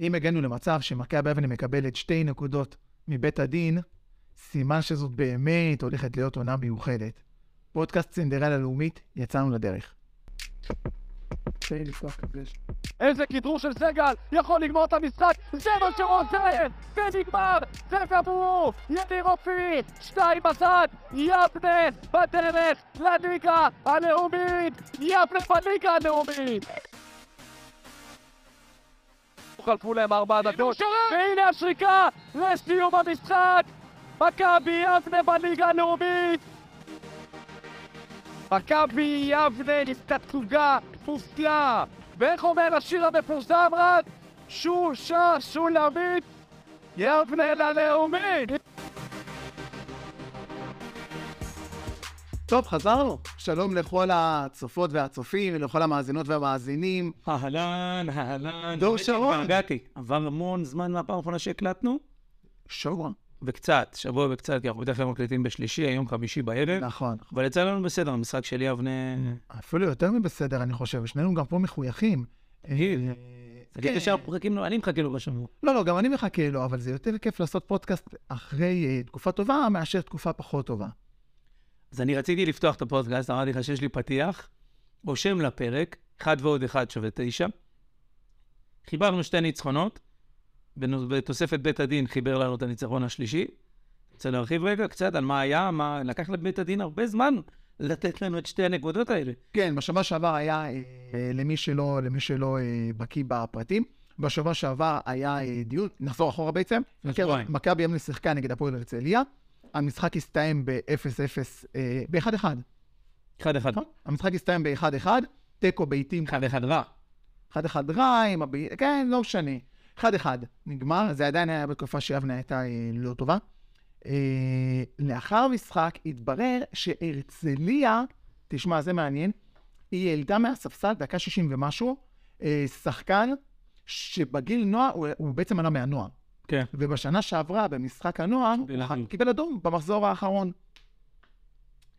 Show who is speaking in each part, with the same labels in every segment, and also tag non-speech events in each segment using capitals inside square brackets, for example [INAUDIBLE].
Speaker 1: אם הגענו למצב שמכבי אבן מקבלת שתי נקודות מבית הדין, סימן שזאת באמת הולכת להיות עונה מיוחדת. פודקאסט סינדרלה לאומית, יצאנו לדרך. תן לי לפתוח את הפלאש.
Speaker 2: איזה כדרור של סגל, יכול לגמור את המשחק, זה מה שרוצה, ונגמר, זה גמור, ידי רופית, שתיים בצד, יבנה בדרך לליגה הלאומית, יבנה בליגה הלאומית. חלפו להם ארבע דקות, והנה השריקה לסיום המשחק, מכבי יבנה בליגה הלאומית. מכבי יבנה ניסתה תוגה, פוסלה, ואיך אומר השיר המפורסם רק? שושה שולמית, יבנה ללאומית!
Speaker 1: טוב, חזרנו. שלום לכל הצופות והצופים, לכל המאזינות והמאזינים.
Speaker 3: אהלן, אהלן.
Speaker 1: דור
Speaker 3: באמת
Speaker 1: שרון.
Speaker 3: התגעגעתי. עבר המון זמן מהפעם האחרונה שהקלטנו,
Speaker 1: שבוע.
Speaker 3: וקצת, שבוע וקצת, כי אנחנו בדרך כלל מקליטים בשלישי, היום חמישי בערב.
Speaker 1: נכון. אה,
Speaker 3: אבל יצא לנו בסדר, המשחק של יבנה...
Speaker 1: אפילו יותר מבסדר, אני חושב. שנינו גם פה מחויכים.
Speaker 3: תגיד.
Speaker 1: אה,
Speaker 3: זה
Speaker 1: כן.
Speaker 3: ישר מחכים לו, אני מחכה לו כאילו, בשבוע.
Speaker 1: לא, לא, גם אני מחכה לו, אבל זה יותר כיף לעשות פודקאסט אחרי אה, תקופה טובה מאשר תקופה פחות טובה.
Speaker 3: אז אני רציתי לפתוח את הפודקאסט, אמרתי לך שיש לי פתיח, או שם לפרק, אחד ועוד אחד שווה תשע. חיברנו שתי ניצחונות, בנו- בתוספת בית הדין חיבר לנו את הניצחון השלישי. רוצה להרחיב רגע קצת על מה היה, מה... לקח לבית הדין הרבה זמן לתת לנו את שתי הנקודות האלה.
Speaker 1: כן, בשבוע שעבר היה, אה, אה, למי שלא, למי שלא אה, בקיא בפרטים, בשבוע שעבר היה אה, דיון, נחזור אחורה בעצם. כן,
Speaker 3: שבועיים.
Speaker 1: מכבי ימני שיחקה נגד הפועל הרצליה, המשחק הסתיים ב-0-0, אה, ב-1-1.
Speaker 3: אחד אחד.
Speaker 1: נכון? המשחק הסתיים ב-1-1, תיקו ביתים
Speaker 3: אחד אחד רע.
Speaker 1: 1-1 רע, עם הב... כן, לא משנה. 1-1 נגמר, זה עדיין היה בתקופה שיבנה הייתה אה, לא טובה. אה, לאחר המשחק התברר שהרצליה, תשמע, זה מעניין, היא העלתה מהספסל, דקה 60 ומשהו, אה, שחקן שבגיל נוער, הוא, הוא בעצם עלה מהנוער.
Speaker 3: כן.
Speaker 1: ובשנה שעברה, במשחק הנוער,
Speaker 3: קיבל
Speaker 1: הוא
Speaker 3: אדום.
Speaker 1: קיבל אדום במחזור האחרון.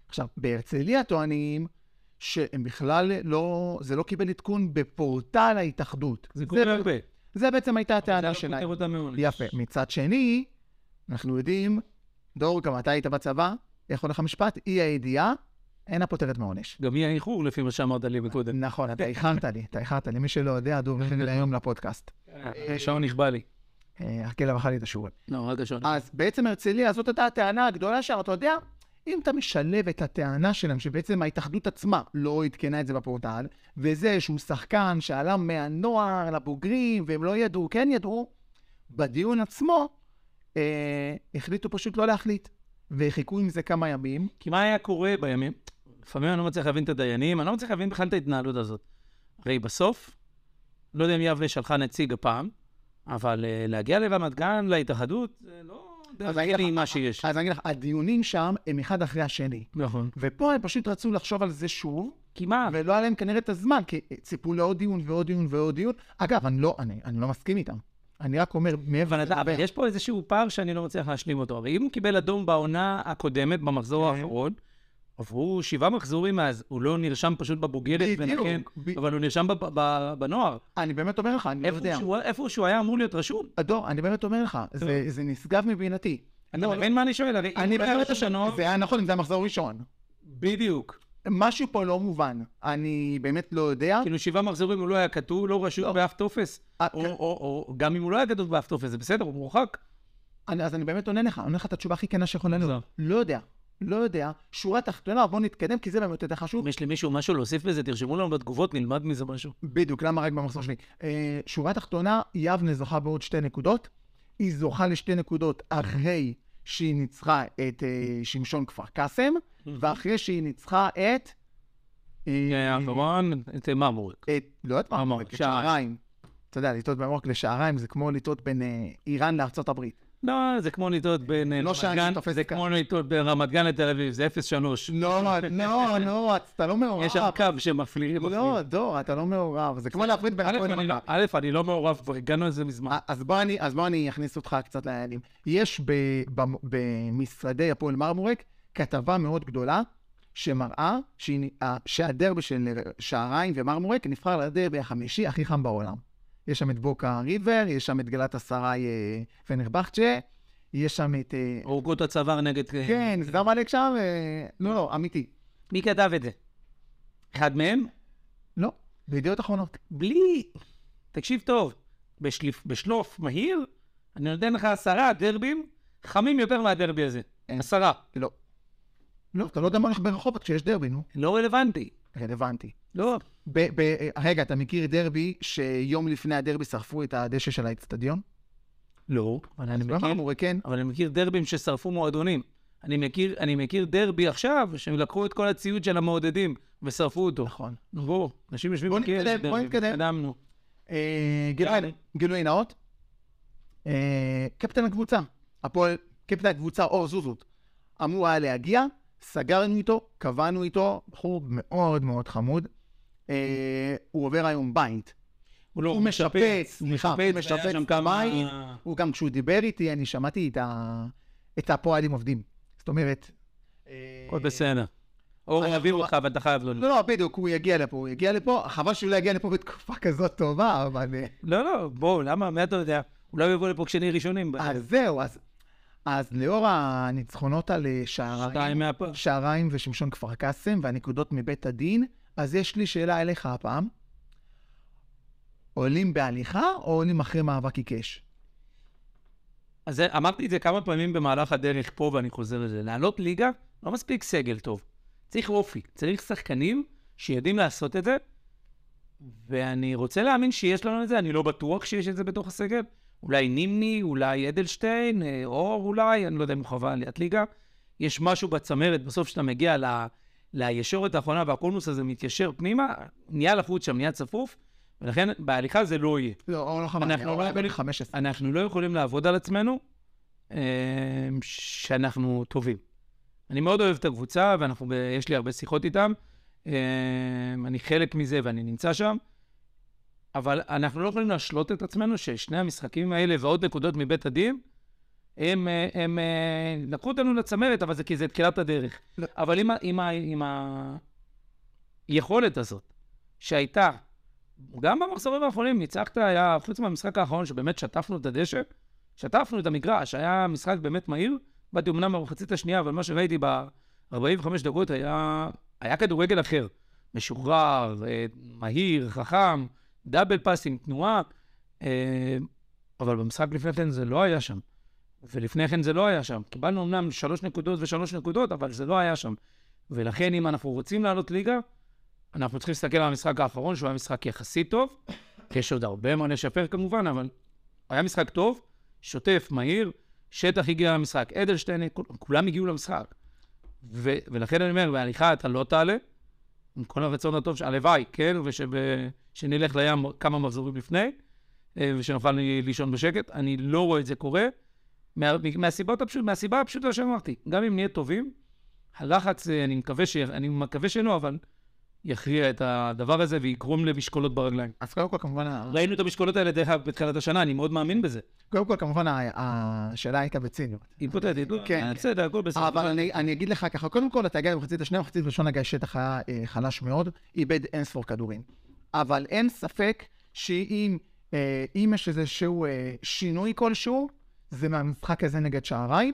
Speaker 1: עכשיו, בהרצליה טוענים שהם בכלל לא, זה לא קיבל עדכון בפורטל ההתאחדות.
Speaker 3: זה קורה הרבה.
Speaker 1: זה בעצם הייתה
Speaker 3: זה
Speaker 1: הטענה
Speaker 3: לא
Speaker 1: שלהם.
Speaker 3: פותר אותם מעונש.
Speaker 1: יפה. מצד שני, אנחנו יודעים, דור, גם אתה היית בצבא, איך הולך המשפט? אי הידיעה אינה פותרת מעונש.
Speaker 3: גם יהיה איחור לפי מה שאמרת לי מקודם.
Speaker 1: נכון,
Speaker 3: [LAUGHS]
Speaker 1: אתה איחרת לי, אתה איחרת לי. מי שלא יודע, דור, נכנס היום לפודקאסט.
Speaker 3: השעון נכבה לי.
Speaker 1: אה, חכה למחר לי את השיעורים.
Speaker 3: אה, לא, רק השעון.
Speaker 1: אז בעצם הרצליה, זאת הייתה הטענה הגדולה שם, אתה יודע, אם אתה משלב את הטענה שלהם, שבעצם ההתאחדות עצמה לא עדכנה את זה בפורטל, וזה שהוא שחקן שעלה מהנוער לבוגרים, והם לא ידעו, כן ידעו, בדיון עצמו, אה, החליטו פשוט לא להחליט, וחיכו עם זה כמה ימים.
Speaker 3: כי מה היה קורה בימים? לפעמים אני לא מצליח להבין את הדיינים, אני לא מצליח להבין בכלל את ההתנהלות הזאת. הרי בסוף, לא יודע אם יבנה שלחה נציג הפעם, אבל uh, להגיע לרמת גן, להתאחדות, זה לא דרך
Speaker 1: אז אני אגיד לך-
Speaker 3: נעימה שיש.
Speaker 1: אז אני אגיד לך, הדיונים שם הם אחד אחרי השני.
Speaker 3: נכון.
Speaker 1: ופה הם פשוט רצו לחשוב על זה שוב,
Speaker 3: כי מה?
Speaker 1: ולא היה להם כנראה את הזמן, כי ציפו לעוד דיון ועוד דיון ועוד דיון. אגב, אני לא, אני, אני לא מסכים איתם. אני רק אומר, מעבר
Speaker 3: אבל אתה- אבל יש פה איזשהו פער שאני לא מצליח להשלים אותו. הרי אם הוא קיבל אדום בעונה הקודמת, במחזור האחרון, עברו שבעה מחזורים מאז, הוא לא נרשם פשוט בבוגרת,
Speaker 1: בדיוק,
Speaker 3: ונכן,
Speaker 1: ב-
Speaker 3: אבל הוא נרשם בב- ב- בנוער.
Speaker 1: אני באמת אומר לך, אני לא
Speaker 3: איפה
Speaker 1: יודע.
Speaker 3: שהוא- איפה שהוא היה אמור להיות רשום.
Speaker 1: הדור, אני באמת אומר לך, זה- זה נשגב מבינתי.
Speaker 3: אתה מבין מה אני שואל? הרי
Speaker 1: לא, אני
Speaker 3: אם הוא היה
Speaker 1: באמת
Speaker 3: רשום בנוער-
Speaker 1: זה היה נכון אם זה היה מחזור ראשון.
Speaker 3: בדיוק.
Speaker 1: משהו פה לא מובן. אני באמת לא יודע.
Speaker 3: כאילו שבעה מחזורים הוא לא היה כתוב, לא רשום באף טופס.
Speaker 1: אה,
Speaker 3: או- או- או גם אם הוא לא היה כתוב באף טופס, זה בסדר, הוא מורחק.
Speaker 1: אני- אז אני באמת עונה לך, עונה לך את התשובה הכי כנה שיכולה
Speaker 3: לא.
Speaker 1: להיות. לא יודע. לא יודע. שורה תחתונה, בוא נתקדם, כי זה באמת יותר חשוב.
Speaker 3: אם יש למישהו משהו להוסיף בזה, תרשמו לנו בתגובות, נלמד מזה משהו.
Speaker 1: בדיוק, למה רק במחזור שלי? אה, שורה תחתונה, יבנה זוכה בעוד שתי נקודות. היא זוכה לשתי נקודות אחרי שהיא ניצחה את אה, שמשון כפר קאסם, ואחרי שהיא ניצחה את... אה,
Speaker 3: כמובן, את מרמורק.
Speaker 1: את... לא יודעת מה,
Speaker 3: אמר,
Speaker 1: את
Speaker 3: שעריים.
Speaker 1: שעריים. אתה יודע, לטעות במרוק לשעריים זה כמו לטעות בין אה, איראן לארצות הברית.
Speaker 3: לא, זה כמו לטעות בין אה,
Speaker 1: לא
Speaker 3: רמת
Speaker 1: שאני
Speaker 3: גן,
Speaker 1: תופס
Speaker 3: זה
Speaker 1: כאן.
Speaker 3: כמו לטעות בין רמת גן לתל אביב, זה 0-3.
Speaker 1: לא, לא, לא, אתה לא מעורב.
Speaker 3: יש שם קו שמפלירים.
Speaker 1: לא, דור, אתה לא מעורב. זה כמו להפריד בין הפועל אה. למכבי.
Speaker 3: א', אני לא מעורב, כבר הגענו לזה מזמן.
Speaker 1: אז בוא אני, אז בוא אני אכניס אותך קצת לעניינים. יש ב, ב, במשרדי הפועל מרמורק כתבה מאוד גדולה שמראה שהיא- שהדרבי של שעריים ומרמורק נבחר לדרבי החמישי הכי חם בעולם. יש שם את בוקה ריבר, יש שם את גלת אסריי אה, פנרבחצ'ה, יש שם את... אה,
Speaker 3: אורגות הצוואר נגד...
Speaker 1: כן, זה גם עלק שם? אה, לא, לא, אמיתי.
Speaker 3: מי כתב את זה? אחד מהם?
Speaker 1: לא, בידיעות אחרונות.
Speaker 3: בלי... תקשיב טוב, בשליף, בשלוף מהיר, אני נותן לך עשרה דרבים חמים יותר מהדרבי הזה.
Speaker 1: אין.
Speaker 3: עשרה.
Speaker 1: לא. לא, אתה לא יודע מה הולך ברחובות כשיש דרבי, נו.
Speaker 3: לא רלוונטי.
Speaker 1: רלוונטי.
Speaker 3: לא.
Speaker 1: ב- ב- רגע, אתה מכיר דרבי שיום לפני הדרבי שרפו את הדשא של האצטדיון?
Speaker 3: לא. אבל אני
Speaker 1: אז לא
Speaker 3: מכיר,
Speaker 1: אמרנו, כן.
Speaker 3: אבל אני מכיר דרבים ששרפו מועדונים. אני מכיר, אני מכיר דרבי עכשיו, שהם לקחו את כל הציוד של המעודדים ושרפו אותו.
Speaker 1: נכון.
Speaker 3: נו, בוא, אנשים יושבים
Speaker 1: בוא
Speaker 3: בקרש,
Speaker 1: נתקדם, בוא
Speaker 3: דרבי.
Speaker 1: נתקדם.
Speaker 3: התקדמנו.
Speaker 1: אה, גילוי- גילוי נאות. אה, קפטן הקבוצה, הפועל, קפטן הקבוצה אור זוזות, אמור היה להגיע, סגרנו איתו, קבענו איתו, בחור מאוד מאוד חמוד. אה, הוא עובר היום בית.
Speaker 3: הוא לא,
Speaker 1: הוא משפץ, סליחה, הוא משפץ מים. הוא גם כשהוא דיבר איתי, אני שמעתי את, ה... את הפועלים עובדים. זאת אומרת... אה,
Speaker 3: הכל בסדר. אור
Speaker 1: אנחנו-
Speaker 3: יעבירו לך, אבל אתה חייב לא...
Speaker 1: לא, לא, בדיוק, הוא יגיע לפה, הוא יגיע לפה, חבל שהוא לא יגיע לפה בתקופה כזאת טובה, אבל...
Speaker 3: [LAUGHS]
Speaker 1: אה,
Speaker 3: לא, לא, בואו, למה, מה אתה יודע? אולי הוא יבוא לפה כשנהיה ראשונים.
Speaker 1: אז זהו, אז... אז לאור הניצחונות על אה,
Speaker 3: שתיים
Speaker 1: שעריים,
Speaker 3: מהפעם.
Speaker 1: שעריים ושמשון כפר קאסם והנקודות מבית הדין, אז יש לי שאלה אליך הפעם. עולים בהליכה או עולים אחרי מאבק עיקש?
Speaker 3: אז זה- אמרתי את זה כמה פעמים במהלך הדרך פה, ואני חוזר לזה. לעלות ליגה, לא מספיק סגל טוב. צריך אופי, צריך שחקנים שיודעים לעשות את זה, ואני רוצה להאמין שיש לנו את זה, אני לא בטוח שיש את זה בתוך הסגל. אולי נימני, אולי אדלשטיין, אה, אור אולי, אני לא יודע אם הוא חווה עליית ליגה. יש משהו בצמרת, בסוף כשאתה מגיע ל... לישורת האחרונה והקונוס הזה מתיישר פנימה, נהיה לחוץ שם, נהיה צפוף, ולכן בהליכה זה לא יהיה.
Speaker 1: לא, אור לא חמאס,
Speaker 3: אנחנו
Speaker 1: אור
Speaker 3: לא
Speaker 1: היה בן
Speaker 3: יכולים-
Speaker 1: 15.
Speaker 3: אנחנו לא יכולים לעבוד על עצמנו אה, שאנחנו טובים. אני מאוד אוהב את הקבוצה, ואנחנו, ב- יש לי הרבה שיחות איתם. אה, אני חלק מזה ואני נמצא שם, אבל אנחנו לא יכולים להשלות את עצמנו ששני המשחקים האלה ועוד נקודות מבית הדין, הם, אה, הם אה, לקחו אותנו לצמרת, אבל זה כי זה תחילת הדרך.
Speaker 1: לא.
Speaker 3: אבל עם, ה- עם, ה- עם היכולת הזאת שהייתה גם במחזורים האחרונים ניצחת, היה, חוץ מהמשחק האחרון שבאמת שטפנו את הדשא, שטפנו את המגרש, היה משחק באמת מהיר, באתי אמנם במחצית השנייה, אבל מה שראיתי ב-45 דקות היה, היה כדורגל אחר. משוחרר, אה, מהיר, חכם, דאבל פאסים, תנועה, אה, אבל במשחק לפני כן זה לא היה שם. ולפני כן זה לא היה שם. קיבלנו אמנם שלוש נקודות ושלוש נקודות, אבל זה לא היה שם. ולכן אם אנחנו רוצים לעלות ליגה, אנחנו צריכים להסתכל על המשחק האחרון, שהוא היה משחק יחסית טוב. יש עוד הרבה מה לשפר כמובן, אבל היה משחק טוב, שוטף, מהיר, שטח הגיע למשחק, אדלשטיין, כול- כולם הגיעו למשחק. ו- ולכן אני אומר, בהליכה אתה לא תעלה, עם כל הרצון הטוב, ש- הלוואי, כן, ושנלך לים כמה מחזורים לפני, אה, ושנוכל ל- לישון בשקט, אני לא רואה את זה קורה. מה, מהסיבות הפשוט, מהסיבה הפשוטה שאמרתי, גם אם נהיה טובים, הלחץ, אה, אני מקווה, ש... אני מקווה שלא, אבל יכריע את הדבר הזה ויגרום למשקולות ברגליים.
Speaker 1: אז קודם כל, כמובן, ה-
Speaker 3: ראינו את המשקולות האלה דרך אגב בתחילת השנה, אני מאוד מאמין בזה.
Speaker 1: קודם כל, כמובן ה- השאלה הייתה בציניות.
Speaker 3: היפותטית, לא?
Speaker 1: כן.
Speaker 3: בסדר, הכל בסדר.
Speaker 1: אבל אני, אני אגיד לך ככה, קודם כל אתה הגעת במחצית השנייה, במחצית הראשונה גיא שטח היה אה, חלש מאוד, איבד אינספור כדורים. אבל אין ספק שאם אה, אם יש איזשהו אה, שינוי כלשהו, זה מהמשחק הזה נגד שעריים.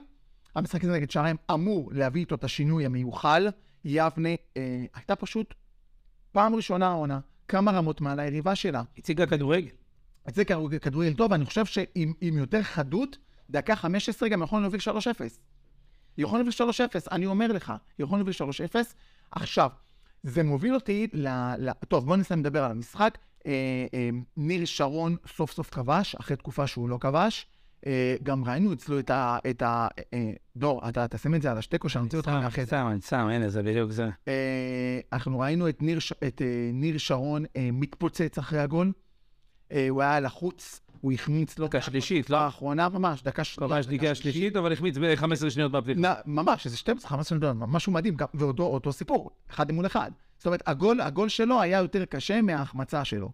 Speaker 1: המשחק הזה נגד שעריים אמור להביא איתו את השינוי המיוחל. יבנה אה, הייתה פשוט פעם ראשונה העונה, כמה רמות מעל היריבה שלה.
Speaker 3: הציגה כדורגל.
Speaker 1: את זה כדור- כדורגל טוב, אני חושב שעם עם יותר חדות, דקה 15 גם יכולנו להוביל 3-0. יכולנו להוביל 3-0, אני אומר לך, יכולנו להוביל 3-0. עכשיו, זה מוביל אותי ל... ל... טוב, בוא נסיים לדבר על המשחק. אה, אה, ניר שרון סוף סוף כבש, אחרי תקופה שהוא לא כבש. אה, גם ראינו אצלו את ה... את ה... אה, דור, אתה תשים את זה על השתקו, שאני אמציא אותך אחרי זה.
Speaker 3: סתם, אני סתם, הנה, זה בדיוק זה.
Speaker 1: אה, אנחנו ראינו את ניר, ש- את, אה, ניר שרון אה, מתפוצץ אחרי הגול. אה, הוא היה לחוץ, הוא החמיץ לו
Speaker 3: דקה שלישית, לא?
Speaker 1: האחרונה ממש, דקה ש-
Speaker 3: כבש
Speaker 1: דקה
Speaker 3: דקה שלישית, אבל החמיץ ב-15 שניות בפליחה.
Speaker 1: נ- ממש, איזה 12-15 שניות, משהו מדהים, גם- ואותו אותו סיפור, אחד מול אחד. זאת אומרת, הגול, הגול שלו היה יותר קשה מההחמצה שלו.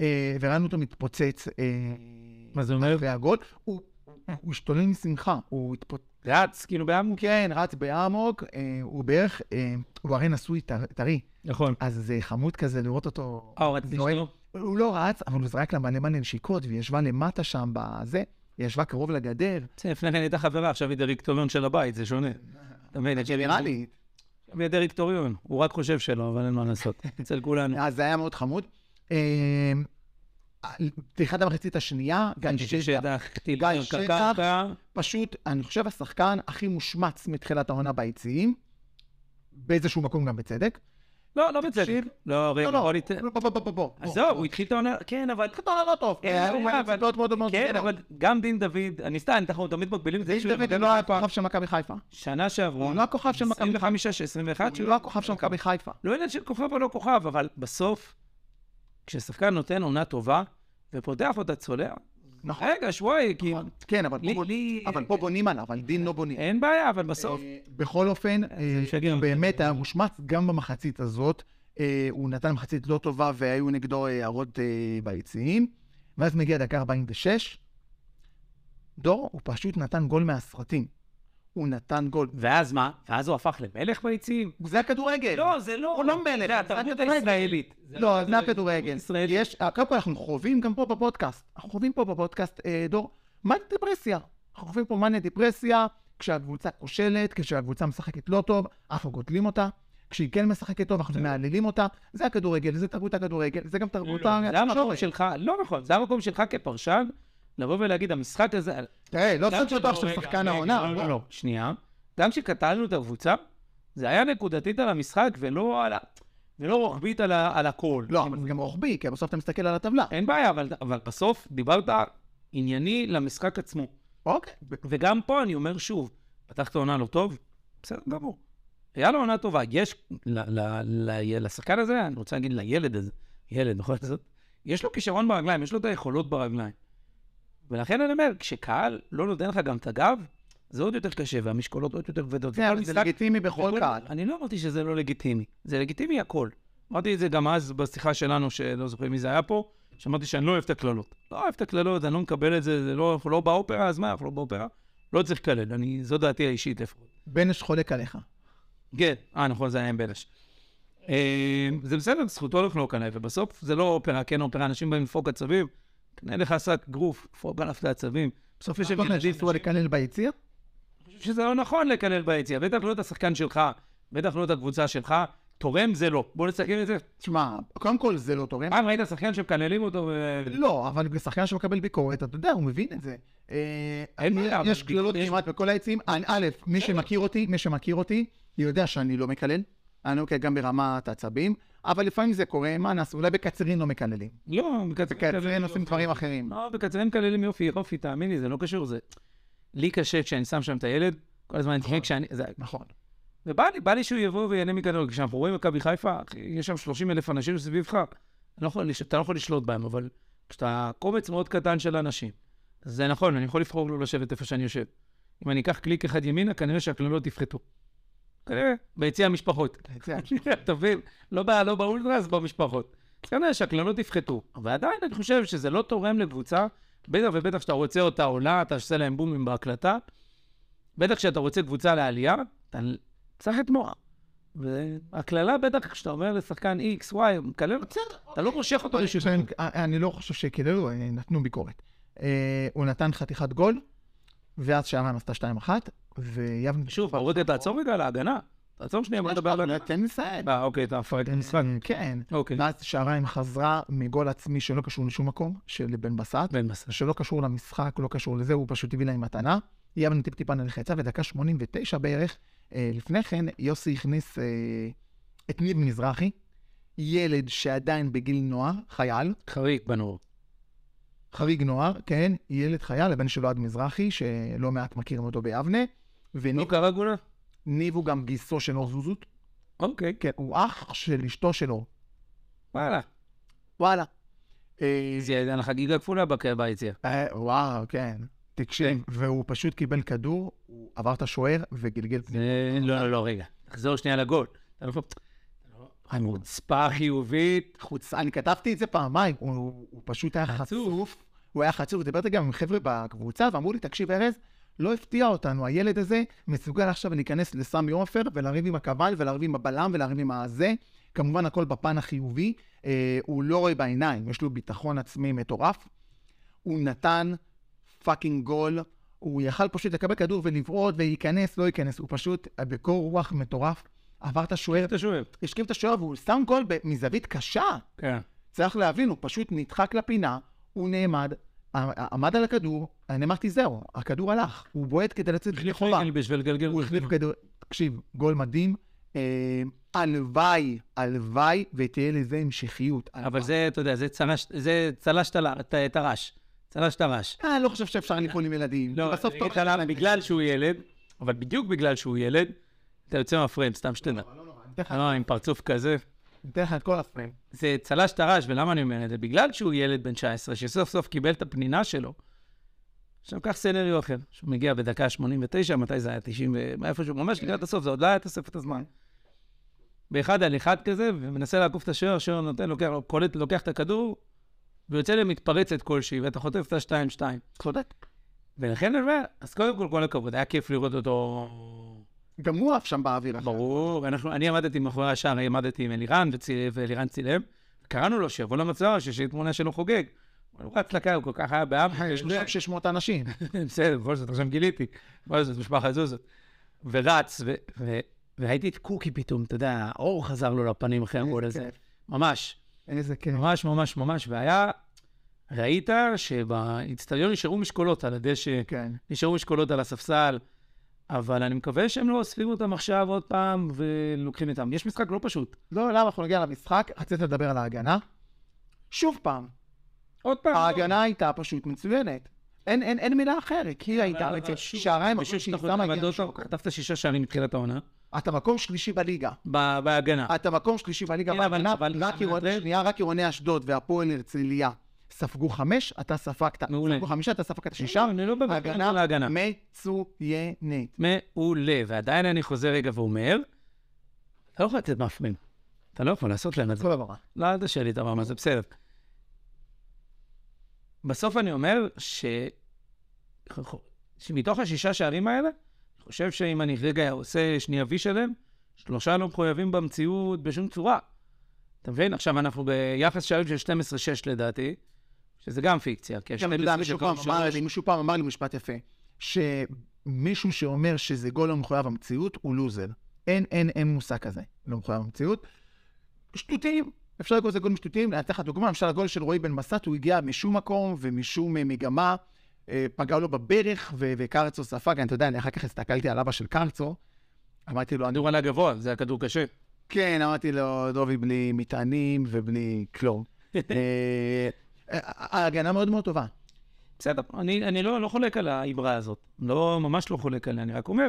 Speaker 1: אה, וראינו אותו מתפוצץ אה,
Speaker 3: מה זה אומר?
Speaker 1: אחרי הגול. הוא הוא השתולל משמחה, הוא התפוצץ.
Speaker 3: רץ, כאילו באמוק.
Speaker 1: כן, רץ באמוק, אה, הוא בערך, אה, הוא הרי נשוי טרי, טרי,
Speaker 3: נכון.
Speaker 1: אז זה חמוד כזה לראות אותו
Speaker 3: אה, הוא רץ לשתות?
Speaker 1: הוא לא רץ, אבל הוא זרק לה מלא מלא נשיקות, והיא ישבה למטה שם בזה, היא ישבה קרוב לגדר.
Speaker 3: זה, לפני כן הייתה חברה, עכשיו היא דירקטוריון של הבית, זה שונה. אתה מבין?
Speaker 1: נראה לי.
Speaker 3: היא הדירקטוריון, הוא רק חושב שלא, אבל אין
Speaker 1: [LAUGHS]
Speaker 3: מה לעשות. אצל כולנו.
Speaker 1: אז זה היה מאוד חמוד. אה, פתיחת המחצית השנייה, גיא
Speaker 3: אני חושב
Speaker 1: שטח, כן,
Speaker 3: שהדחתי
Speaker 1: גיא כן.
Speaker 3: לקרקע,
Speaker 1: שטח.
Speaker 3: קרקע,
Speaker 1: פשוט, אני חושב, השחקן הכי מושמץ מתחילת העונה ביציעים, באיזשהו מקום גם בצדק.
Speaker 3: לא, לא בצדק.
Speaker 1: תקשיב.
Speaker 3: לא, רגע,
Speaker 1: לא, לא,
Speaker 3: בוא ניתן...
Speaker 1: בוא, בוא, בוא, בוא, בוא.
Speaker 3: עזוב, הוא התחיל את העונה, כן, אבל...
Speaker 1: התחיל את העונה לא טוב.
Speaker 3: כן,
Speaker 1: אה,
Speaker 3: הוא
Speaker 1: הוא
Speaker 3: היה,
Speaker 1: היה
Speaker 3: אבל-
Speaker 1: ציפיות מאוד מאוד
Speaker 3: כן,
Speaker 1: בסדר.
Speaker 3: אבל גם דין דוד, אני סתם, אנחנו תמיד מגבילים את זה.
Speaker 1: לא. דין
Speaker 3: שהוא-
Speaker 1: דוד לא היה הכוכב של מכבי חיפה.
Speaker 3: שנה שעברה,
Speaker 1: הוא לא הכוכב של מכבי חיפה.
Speaker 3: 25, 21,
Speaker 1: הוא לא הכוכב של מכבי חיפה.
Speaker 3: לא עניין של כוכב או לא כוכב, אבל בסוף, כששחקן נותן עונה טובה, ופותח אותה צולע,
Speaker 1: נכון.
Speaker 3: רגע, שבועי, כי...
Speaker 1: כן, אבל
Speaker 3: נכון. לי-
Speaker 1: פה-
Speaker 3: לי-
Speaker 1: אבל פה בונים עליו, על דין לא בונים.
Speaker 3: אין בעיה, אבל בסוף...
Speaker 1: אה, בכל אופן, אה,
Speaker 3: משגע.
Speaker 1: באמת היה מושמץ גם במחצית הזאת. אה, הוא נתן מחצית לא טובה והיו נגדו אה, הערות אה, ביציעים. ואז מגיע דקה 46. דור, הוא פשוט נתן גול מהסרטים. הוא נתן גול.
Speaker 3: ואז מה? ואז הוא הפך למלך ביציעים?
Speaker 1: זה הכדורגל.
Speaker 3: לא, זה לא...
Speaker 1: הוא לא מלך,
Speaker 3: זה
Speaker 1: זה
Speaker 3: התרבות
Speaker 1: הכדורגל.
Speaker 3: הישראלית.
Speaker 1: לא, אז זה הכדורגל.
Speaker 3: ישראלי.
Speaker 1: יש, אה, קודם כל אנחנו חווים גם פה בפודקאסט. אנחנו חווים פה בפודקאסט, אה, דור, מאניה דיפרסיה. אנחנו חווים פה מאניה דיפרסיה, כשהקבוצה כושלת, כשהקבוצה משחקת לא טוב, אנחנו גודלים אותה. כשהיא כן משחקת טוב, אנחנו מעללים אותה. זה הכדורגל, זה תרבות הכדורגל, זה גם תרבות
Speaker 3: לא, זה המקום
Speaker 1: התקשורת.
Speaker 3: שלך, לא נכון, זה המקום שלך כפרשן, לבוא ולהגיד, המשחק הזה...
Speaker 1: תראה, לא
Speaker 3: גם
Speaker 1: צריך אותו
Speaker 3: כשבאו-
Speaker 1: עכשיו
Speaker 3: רגע,
Speaker 1: שחקן
Speaker 3: רגע,
Speaker 1: העונה.
Speaker 3: לא, לא, שנייה. גם כשקטלנו את הקבוצה, זה היה נקודתית על המשחק, ולא על ה- ולא רוחבית על ה- על הכל.
Speaker 1: לא, אבל זה גם רוחבי, כי בסוף אתה מסתכל על הטבלה.
Speaker 3: אין בעיה, אבל אבל בסוף דיברת ענייני למשחק עצמו.
Speaker 1: אוקיי. ב-
Speaker 3: וגם פה אני אומר שוב, פתחת עונה לא טוב, בסדר גמור. היה לו עונה טובה. יש, ל- ל- ל- לשחקן הזה, אני רוצה להגיד לילד הזה, ילד, בכל זאת, יש לו כישרון ברגליים, יש לו את היכולות ברגליים. ולכן אני אומר, כשקהל לא נותן לך גם את הגב, זה עוד יותר קשה, והמשקולות עוד יותר כבדות.
Speaker 1: זה
Speaker 3: וכל
Speaker 1: זה
Speaker 3: משחק-
Speaker 1: לגיטימי בכל
Speaker 3: וכל-
Speaker 1: קהל.
Speaker 3: אני לא אמרתי שזה לא לגיטימי, זה לגיטימי הכל. אמרתי את זה גם אז בשיחה שלנו, שלא זוכר מי זה היה פה, שאמרתי שאני לא אוהב את הקללות. לא אוהב את הקללות, אני לא מקבל את זה, זה לא, אנחנו לא באופרה, אז מה, אנחנו לא באופרה? לא צריך לקלל, אני, זו דעתי האישית לפחות.
Speaker 1: בנש חולק עליך.
Speaker 3: כן, אה, נכון, זה היה עם בלש. אה, זה בסדר, זכותו לחלוק עליי, ובסוף זה לא אופרה, כן אופרה, אנשים באים לפרוק עצבים, קנה לך שק גרוף, פרוק עליו את העצבים. בסוף יש
Speaker 1: אתה אומר
Speaker 3: ילדים-
Speaker 1: שאסור לקלל ביציר?
Speaker 3: חושב שזה לא נכון לקלל ביציע, בטח לא את השחקן שלך, בטח לא את הקבוצה שלך. תורם זה לא. בוא נסכם את זה.
Speaker 1: תשמע, קודם כל זה לא תורם.
Speaker 3: פעם אה, ראית שחקן שמקללים אותו ו...
Speaker 1: לא, אבל שחקן שמקבל ביקורת, אתה יודע, הוא מבין את זה. אה,
Speaker 3: אין בעיה,
Speaker 1: יש
Speaker 3: אבל
Speaker 1: קללות
Speaker 3: יש-
Speaker 1: כמעט בכל העצים. אני- א', מי שמכיר אותי, מי שמכיר אותי, יודע שאני לא מקלל. אני אוקיי גם ברמת עצבים, אבל לפעמים זה קורה, מה נעשה? אולי בקצרין לא מקללים.
Speaker 3: לא, מקצרים
Speaker 1: בקצרין עושים דברים אחרים.
Speaker 3: לא, בקצרין מקללים יופי, יופי, תאמין לי, זה לא קשור. זה... לי קשה כשאני שם שם את הילד, כל הזמן אני צוחק כשאני... זה-
Speaker 1: נכון.
Speaker 3: ובא לי, בא לי שהוא יבוא ויהנה מכדורגל. כשאנחנו רואים מכבי חיפה, אחי, יש שם 30 אלף אנשים סביבך, אני לא יכול לש- אתה לא יכול לשלוט בהם, אבל כשאתה קומץ מאוד קטן של אנשים, זה נכון, אני יכול לבחור לא לשבת איפה שאני יושב. אם אני אקח קליק אחד ימינה, כנראה שהקללות יפחתו. כנראה, ביציע המשפחות.
Speaker 1: ביציע
Speaker 3: [LAUGHS] אתה מבין? לא בא- לא באולטרס, במשפחות. אז כנראה שהקללות יפחתו. אבל עדיין אני חושב שזה לא תורם לקבוצה, בטח ובטח שאתה רוצה אותה עולה, אתה עושה להם בומים בהקלטה. בטח כשאתה רוצה קבוצה לעלייה, אתה צריך לתמוך. והקללה בטח כשאתה אומר לשחקן X, Y, הוא מקלל, אתה לא מושך אותו לשם.
Speaker 1: אני- אני לא חושב שקיללו, אה, נתנו ביקורת. אה, הוא נתן חתיכת גול, ואז שערן עשתה 2-1, ויבנה...
Speaker 3: שוב, רודי, תעצור רגע על ההגנה. תעצור שנייה, בוא נדבר על ההגנה.
Speaker 1: תן לי לסיים.
Speaker 3: אה, אוקיי, אתה מפרק.
Speaker 1: כן.
Speaker 3: אוקיי.
Speaker 1: ואז שעריים חזרה מגול עצמי שלא קשור לשום מקום, של בן בסט,
Speaker 3: בן מסע.
Speaker 1: שלא קשור למשחק, לא קשור לזה, הוא פשוט הביא להם מתנה. יבנה טיפ-טיפה נלחצה, ודקה 89 בערך, אה, לפני כן, יוסי הכניס אה, את ניב מזרחי, ילד שעדיין בגיל נוער, חייל,
Speaker 3: חריג בנור.
Speaker 1: חריג נוער, כן, ילד חייל, הבן שלו עד מזרחי, שלא מעט מכירים אותו ביבנה,
Speaker 3: נו,
Speaker 1: וניב
Speaker 3: קרא גולה?
Speaker 1: ניב הוא גם גיסו של אור זוזות,
Speaker 3: אוקיי,
Speaker 1: כן, הוא אח של אשתו של אור.
Speaker 3: וואלה.
Speaker 1: וואלה. אה,
Speaker 3: זה היה חגיגה כפולה בק- ביציע.
Speaker 1: אה, וואו, כן. תקשיב, והוא פשוט קיבל כדור, הוא עבר את השוער וגלגל פנימה.
Speaker 3: זה- לא, לא, לא, רגע. תחזור שנייה לגול. אתה לא- חוצפה חיובית.
Speaker 1: חוץ, אני כתבתי את זה פעמיים, הוא, הוא, הוא פשוט היה חצוף. הוא היה חצוף, דיברתי גם עם חבר'ה בקבוצה, ואמרו לי, תקשיב, ארז, לא הפתיע אותנו, הילד הזה מסוגל עכשיו להיכנס לסמי עופר ולריב עם הקבל ולריב עם הבלם ולריב עם הזה. כמובן, הכל בפן החיובי, אה, הוא לא רואה בעיניים, יש לו ביטחון עצמי מטורף. הוא נתן פאקינג גול, הוא יכל פשוט לקבל כדור ולבעוט וייכנס, לא ייכנס, הוא פשוט בקור רוח מטורף. עבר את השוער,
Speaker 3: אתה שואל.
Speaker 1: השכיב את השוער והוא שם גול ב- מזווית קשה.
Speaker 3: כן.
Speaker 1: צריך להבין, הוא פשוט נדחק לפינה, הוא נעמד, ע- עמד על הכדור, אני אמרתי זהו, הכדור הלך, הוא בועט כדי לצאת
Speaker 3: החליף
Speaker 1: לחובה.
Speaker 3: רגל כן, בשביל לגלגל.
Speaker 1: הוא החליף כדור, תקשיב, גול מדהים. אה, הלוואי, הלוואי, ותהיה לזה המשכיות.
Speaker 3: אבל
Speaker 1: הלוואי.
Speaker 3: זה, אתה יודע, זה צלש- זה צלשת ל- את- את הרש. צלשת הרש.
Speaker 1: אני לא חושב שאפשר ליפול עם ילדים.
Speaker 3: לא,
Speaker 1: בסוף
Speaker 3: אני
Speaker 1: טוב
Speaker 3: אגיד לך למה,
Speaker 1: שלהם.
Speaker 3: בגלל שהוא ילד, אבל בדיוק בגלל שהוא ילד, אתה יוצא מהפריים, סתם שתדע.
Speaker 1: לא נורא, אני אתן לך-
Speaker 3: לא, עם פרצוף כזה.
Speaker 1: אני אתן לך את כל הפריים.
Speaker 3: זה צלש את הרעש, ולמה אני אומר את זה? בגלל שהוא ילד בן 19, שסוף סוף קיבל את הפנינה שלו. עכשיו, קח סנריו אחר, שהוא מגיע בדקה ה-89, מתי זה היה? 90, איפשהו, ממש לקראת הסוף, זה עוד לא היה תוספת הזמן. באחד על אחד כזה, ומנסה לעקוף את השוער, השוער נותן, לוקח, קולט, לוקח את הכדור, ויוצא למתפרצת כלשהי, ואתה חוטף את ה-2-2.
Speaker 1: צודק.
Speaker 3: ולכן אני אומר, אז קודם כל, כל הכבוד, היה כיף לראות אותו
Speaker 1: גם הוא עף שם באוויר. אחי.
Speaker 3: ברור, אנחנו, אני עמדתי מאחורי השער, עמדתי עם אלירן, וציל, ואלירן צילם. קראנו לו שיבוא למצלמה, שיש לי תמונה שלו חוגג. הוא רץ לקהל, הוא כל כך היה בעם,
Speaker 1: אה, יש לו שם 600 אנשים.
Speaker 3: [LAUGHS] בסדר, בכל זאת, עכשיו גיליתי. בכל זאת, משפחת זוזות. ורץ, ו- ו- והייתי את קוקי פתאום, אתה יודע, האור חזר לו לפנים אחרי הגול הזה.
Speaker 1: כיף.
Speaker 3: ממש.
Speaker 1: כן, איזה כן, כיף.
Speaker 3: ממש, ממש, ממש, והיה... ראית שבאיצטדיון נשארו משקולות על הדשא,
Speaker 1: כן.
Speaker 3: נשארו משקולות על הספסל, אבל אני מקווה שהם לא אוספים אותם עכשיו עוד פעם ולוקחים איתם. יש משחק לא פשוט.
Speaker 1: לא, למה אנחנו נגיע למשחק? רצית לדבר על ההגנה? שוב פעם,
Speaker 3: עוד פעם.
Speaker 1: ההגנה הייתה פשוט מצוינת. אין, אין, אין מילה אחרת, כי היא הייתה
Speaker 3: אבל- אבל
Speaker 1: רצית
Speaker 3: שוב,
Speaker 1: שעריים,
Speaker 3: משום שאתה אוקיי.
Speaker 1: שהיא
Speaker 3: חוטף
Speaker 1: שמה הגיעה
Speaker 3: בדוטו,
Speaker 1: לשוק.
Speaker 3: חטפת שישה שערים מתחילת העונה,
Speaker 1: אתה מקום שלישי בליגה.
Speaker 3: ב- בהגנה.
Speaker 1: אתה מקום שלישי בליגה
Speaker 3: אה. כן, אבל-
Speaker 1: בהגנה,
Speaker 3: אבל-
Speaker 1: רק
Speaker 3: אבל-
Speaker 1: עירוני- שנייה, רק עירוני אשדוד והפועל הרצליה ספגו חמש, אתה ספגת.
Speaker 3: מעולה.
Speaker 1: ספגו חמישה, אתה ספגת שישה.
Speaker 3: אני לא בבקשה
Speaker 1: הגנה
Speaker 3: על ההגנה.
Speaker 1: מצוינת.
Speaker 3: מעולה, ועדיין אני חוזר רגע ואומר, אתה לא יכול לתת מאפנים. אתה לא יכול לעשות להם את זה.
Speaker 1: כל הברה.
Speaker 3: לא, אל תשאל לי את הרמה, זה בסדר. בסוף אני אומר ש... שמתוך השישה שערים האלה, אני חושב שאם אני רגע עושה שנייה וי שלהם, שלושה לא מחויבים במציאות בשום צורה. אתה מבין? עכשיו אנחנו ביחס שערים של 12-6 לדעתי, שזה גם פיקציה, כי
Speaker 1: גם, כן, אתה יודע,
Speaker 3: ה-12
Speaker 1: מישהו
Speaker 3: של
Speaker 1: פעם
Speaker 3: כל
Speaker 1: אמר
Speaker 3: שלוש-
Speaker 1: לי, מישהו פעם אמר לי משפט יפה, שמישהו שאומר שזה גול לא מחויב המציאות, הוא לוזר. אין, אין, אין מושג כזה, לא מחויב המציאות. שטותים, אפשר לקרוא לזה גול משטותים, אני אתן לך דוגמה, למשל הגול של רועי בן בסט, הוא הגיע משום מקום ומשום אה, מגמה, אה, פגע לו בברך, ו- וקרצו ספג, אני, אתה יודע, אני אחר כך הסתכלתי על אבא של קרצו, אמרתי לו, אני...
Speaker 3: הכדור עלה גבוה, זה היה כדור קשה.
Speaker 1: כן, אמרתי לו, דובי בלי מטענים ובלי כלום. אה, ההגנה מאוד מאוד טובה.
Speaker 3: בסדר, אני, אני לא, לא חולק על האמרה הזאת. לא, ממש לא חולק עליה, אני רק אומר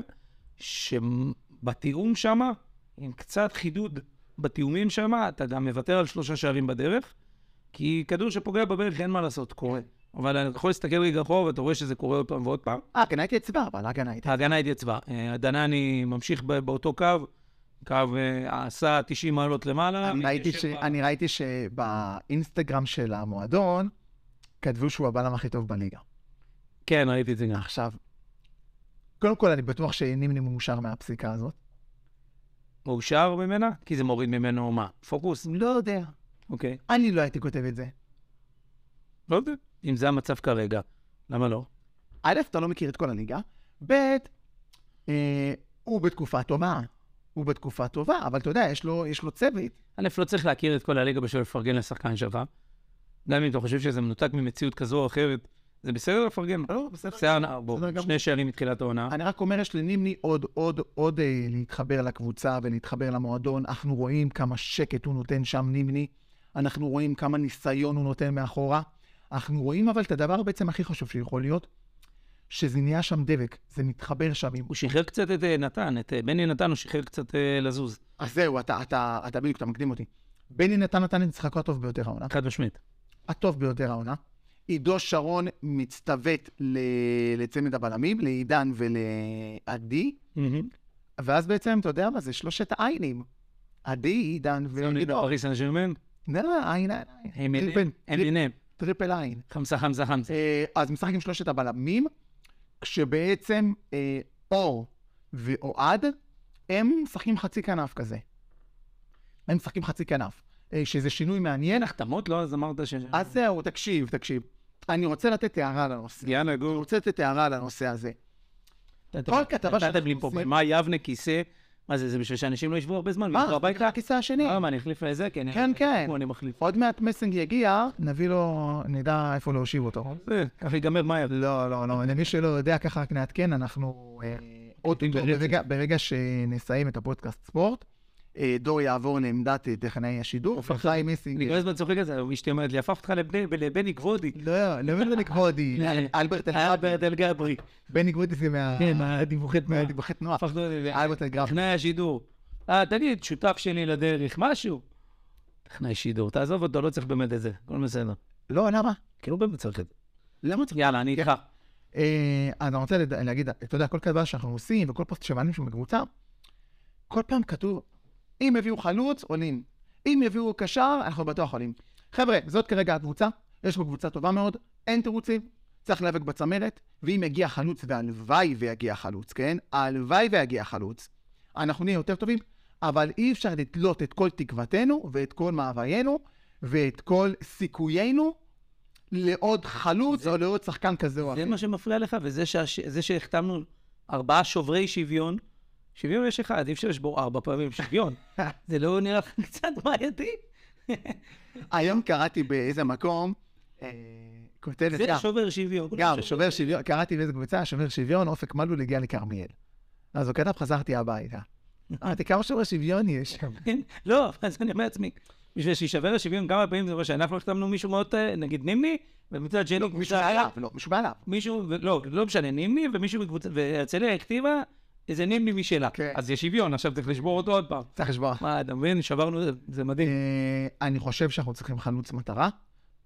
Speaker 3: שבתיאום שמה, עם קצת חידוד בתיאומים שמה, אתה גם מוותר על שלושה שערים בדרך, כי כדור שפוגע בברך אין מה לעשות, קורה. אבל אני יכול להסתכל רגע אחורה ואתה רואה שזה קורה עוד פעם ועוד פעם.
Speaker 1: אה, ההגנה התייצבה, אבל ההגנה הייתה...
Speaker 3: ההגנה התייצבה. אה, הדנני ממשיך ב- באותו קו, קו אה, עשה 90 מעלות למעלה.
Speaker 1: אני ראיתי, ש...
Speaker 3: מתיישב ב-
Speaker 1: אני ראיתי שבאינסטגרם של המועדון כתבו שהוא הבלם הכי טוב בליגה.
Speaker 3: כן, ראיתי את זה גם.
Speaker 1: עכשיו, קודם כל אני בטוח שנימני מאושר מהפסיקה הזאת.
Speaker 3: מאושר ממנה? כי זה מוריד ממנו מה? פוקוס?
Speaker 1: לא יודע.
Speaker 3: אוקיי.
Speaker 1: אני לא הייתי כותב את זה.
Speaker 3: לא יודע. אם זה המצב כרגע, למה לא?
Speaker 1: א', אתה לא מכיר את כל הליגה, ב', אה, הוא בתקופה טובה. הוא בתקופה טובה, אבל אתה יודע, יש לו, יש לו צוות.
Speaker 3: א', לא צריך להכיר את כל הליגה בשביל לפרגן לשחקן שלך. גם אם אתה חושב שזה מנותק ממציאות כזו או אחרת, זה בסדר לפרגן.
Speaker 1: לא, בסדר.
Speaker 3: שיער,
Speaker 1: בסדר
Speaker 3: בוא,
Speaker 1: גמור.
Speaker 3: שני שערים מתחילת העונה.
Speaker 1: אני רק אומר, יש לנימני עוד, עוד, עוד אה, להתחבר לקבוצה ולהתחבר למועדון. אנחנו רואים כמה שקט הוא נותן שם, נימני. אנחנו רואים כמה ניסיון הוא נותן מאחורה. אנחנו רואים אבל את הדבר בעצם הכי חשוב שיכול להיות, שזה נהיה שם דבק, זה מתחבר שם. עם...
Speaker 3: הוא שחרר קצת את אה, נתן, את אה, בני נתן הוא שחרר קצת אה, לזוז,
Speaker 1: אז זהו, אתה, אתה, אתה בדיוק, אתה מקדים אותי. בני נתן נתן את משחקו הטוב ביותר העונה.
Speaker 3: חד משמעית.
Speaker 1: הטוב ביותר העונה. עידו שרון מצטוות ל- לצמד הבלמים, לעידן ולעדי. ואז בעצם, אתה יודע מה, זה שלושת העיינים. עדי, עידן ועידו.
Speaker 3: לא פריס סן ג'רמן,
Speaker 1: לא, לא, עין, עין, עין.
Speaker 3: הם
Speaker 1: טריפל,
Speaker 3: ביניהם, הם ביניהם.
Speaker 1: טריפל עין.
Speaker 3: חמסה, חמסה, חמסה.
Speaker 1: אה, אז משחק עם שלושת הבלמים, כשבעצם אה, אור ואוהד, הם משחקים חצי כנף כזה. הם משחקים חצי כנף. אה, שזה שינוי מעניין.
Speaker 3: החתמות לא? אז אמרת ש...
Speaker 1: אז זהו, תקשיב, תקשיב. אני רוצה לתת הערה לנושא.
Speaker 3: יאללה,
Speaker 1: אני
Speaker 3: גור.
Speaker 1: רוצה לתת הערה לנושא הזה. כל כתבה
Speaker 3: נתתם לי
Speaker 1: שאנחנו
Speaker 3: פה
Speaker 1: עושים-
Speaker 3: מה יבנה כיסא, מה זה, זה בשביל שאנשים לא ישבו הרבה זמן,
Speaker 1: מה,
Speaker 3: וילכו הביתה?
Speaker 1: הכיסא השני.
Speaker 3: אה, מה, אני אחליף לזה? כן,
Speaker 1: לא כן, כן.
Speaker 3: הוא, אני מחליף.
Speaker 1: עוד מעט מסינג יגיע, נביא לו, נדע איפה להושיב אותו.
Speaker 3: זה, ככה ייגמר מהר.
Speaker 1: לא, לא, לא, למי שלא יודע, ככה רק נעדכן, אנחנו אה, אוטוטו,
Speaker 3: ברצף.
Speaker 1: ברגע- ברגע שנסיים את הפודקאסט ספורט, אה, דור יעבור לעמדת אה, טכנאי השידור, וחיים
Speaker 3: אני
Speaker 1: מסינג...
Speaker 3: כל הזמן צוחק על זה, אשתי אומרת לי, הפך אותך לבני-
Speaker 1: [LAUGHS]
Speaker 3: לבני "אה, גבודי.
Speaker 1: לא, לא מבין לכבודי, [LAUGHS] אלברט
Speaker 3: היה
Speaker 1: אלחבי,
Speaker 3: ברדל גברי.
Speaker 1: בני גבודי זה כן, מה...
Speaker 3: הדיווחי תנועה.
Speaker 1: מהדיווחי תנועה,
Speaker 3: הפכת אותי ל...
Speaker 1: אלברט אלגרפי.
Speaker 3: טכנאי השידור. אה, תגיד, שותף שלי לדרך, משהו. טכנאי שידור, תעזוב אותו, לא צריך באמת את זה, הכל בסדר.
Speaker 1: לא, למה?
Speaker 3: כאילו באמת צריך את זה.
Speaker 1: למה צריך?
Speaker 3: יאללה, אני איתך.
Speaker 1: אה, אז אני רוצה לד- להגיד, אתה יודע, כל כתבה שאנחנו עושים, וכל פוסט שמעלים שם בקבוצה, כל פעם כתוב, אם יביאו חלוץ, עולים. אם יביאו קשר, אנחנו בטוח עולים. חבר'ה, זאת כרגע הקבוצה, יש פה קבוצה טובה מאוד, אין תירוצים, צריך להיאבק בצמרת, ואם יגיע חלוץ, והלוואי ויגיע חלוץ, כן? הלוואי ויגיע חלוץ. אנחנו נהיה יותר טובים, אבל אי אפשר לתלות את כל תקוותנו, ואת כל מאוויינו, ואת כל סיכויינו, לעוד חלוץ, או לעוד שחקן כזה או אחר.
Speaker 3: זה מה שמפריע לך, וזה שהש- זה שהחתמנו ארבעה שוברי שוויון, שוויון יש אחד, אי אפשר לשבור ארבע
Speaker 1: [LAUGHS]
Speaker 3: פעמים שוויון. זה לא נראה לך קצת בעייתי?
Speaker 1: היום קראתי באיזה מקום, אה, כותבת
Speaker 3: זה
Speaker 1: גם,
Speaker 3: שובר שוויון.
Speaker 1: גם, שובר שוויון, קראתי באיזה קבוצה, שובר שוויון, אופק מלול הגיע לכרמיאל. אז הוא כתב, חזרתי הביתה. אמרתי, כמה שובר שוויון יש שם?
Speaker 3: כן, לא, אז אני אומר לעצמי, בשביל שישבר השוויון כמה פעמים זה אומר שאנחנו החתמנו מישהו מאוד, אה, נגיד נימני, ומצד שני,
Speaker 1: מישהו
Speaker 3: קבוצה-
Speaker 1: מעליו, לא, מישהו מעליו.
Speaker 3: מישהו, לא, לא משנה, נימני, ומישהו מקבוצה, והרצליה הכתיבה איזה נימני משלה.
Speaker 1: כן.
Speaker 3: אז יש שוויון, עכשיו צריך לשבור אותו עוד פעם.
Speaker 1: צריך לשבור.
Speaker 3: מה, אתה מבין? שברנו, זה- זה מדהים.
Speaker 1: אה, אני חושב שאנחנו צריכים חלוץ מטרה,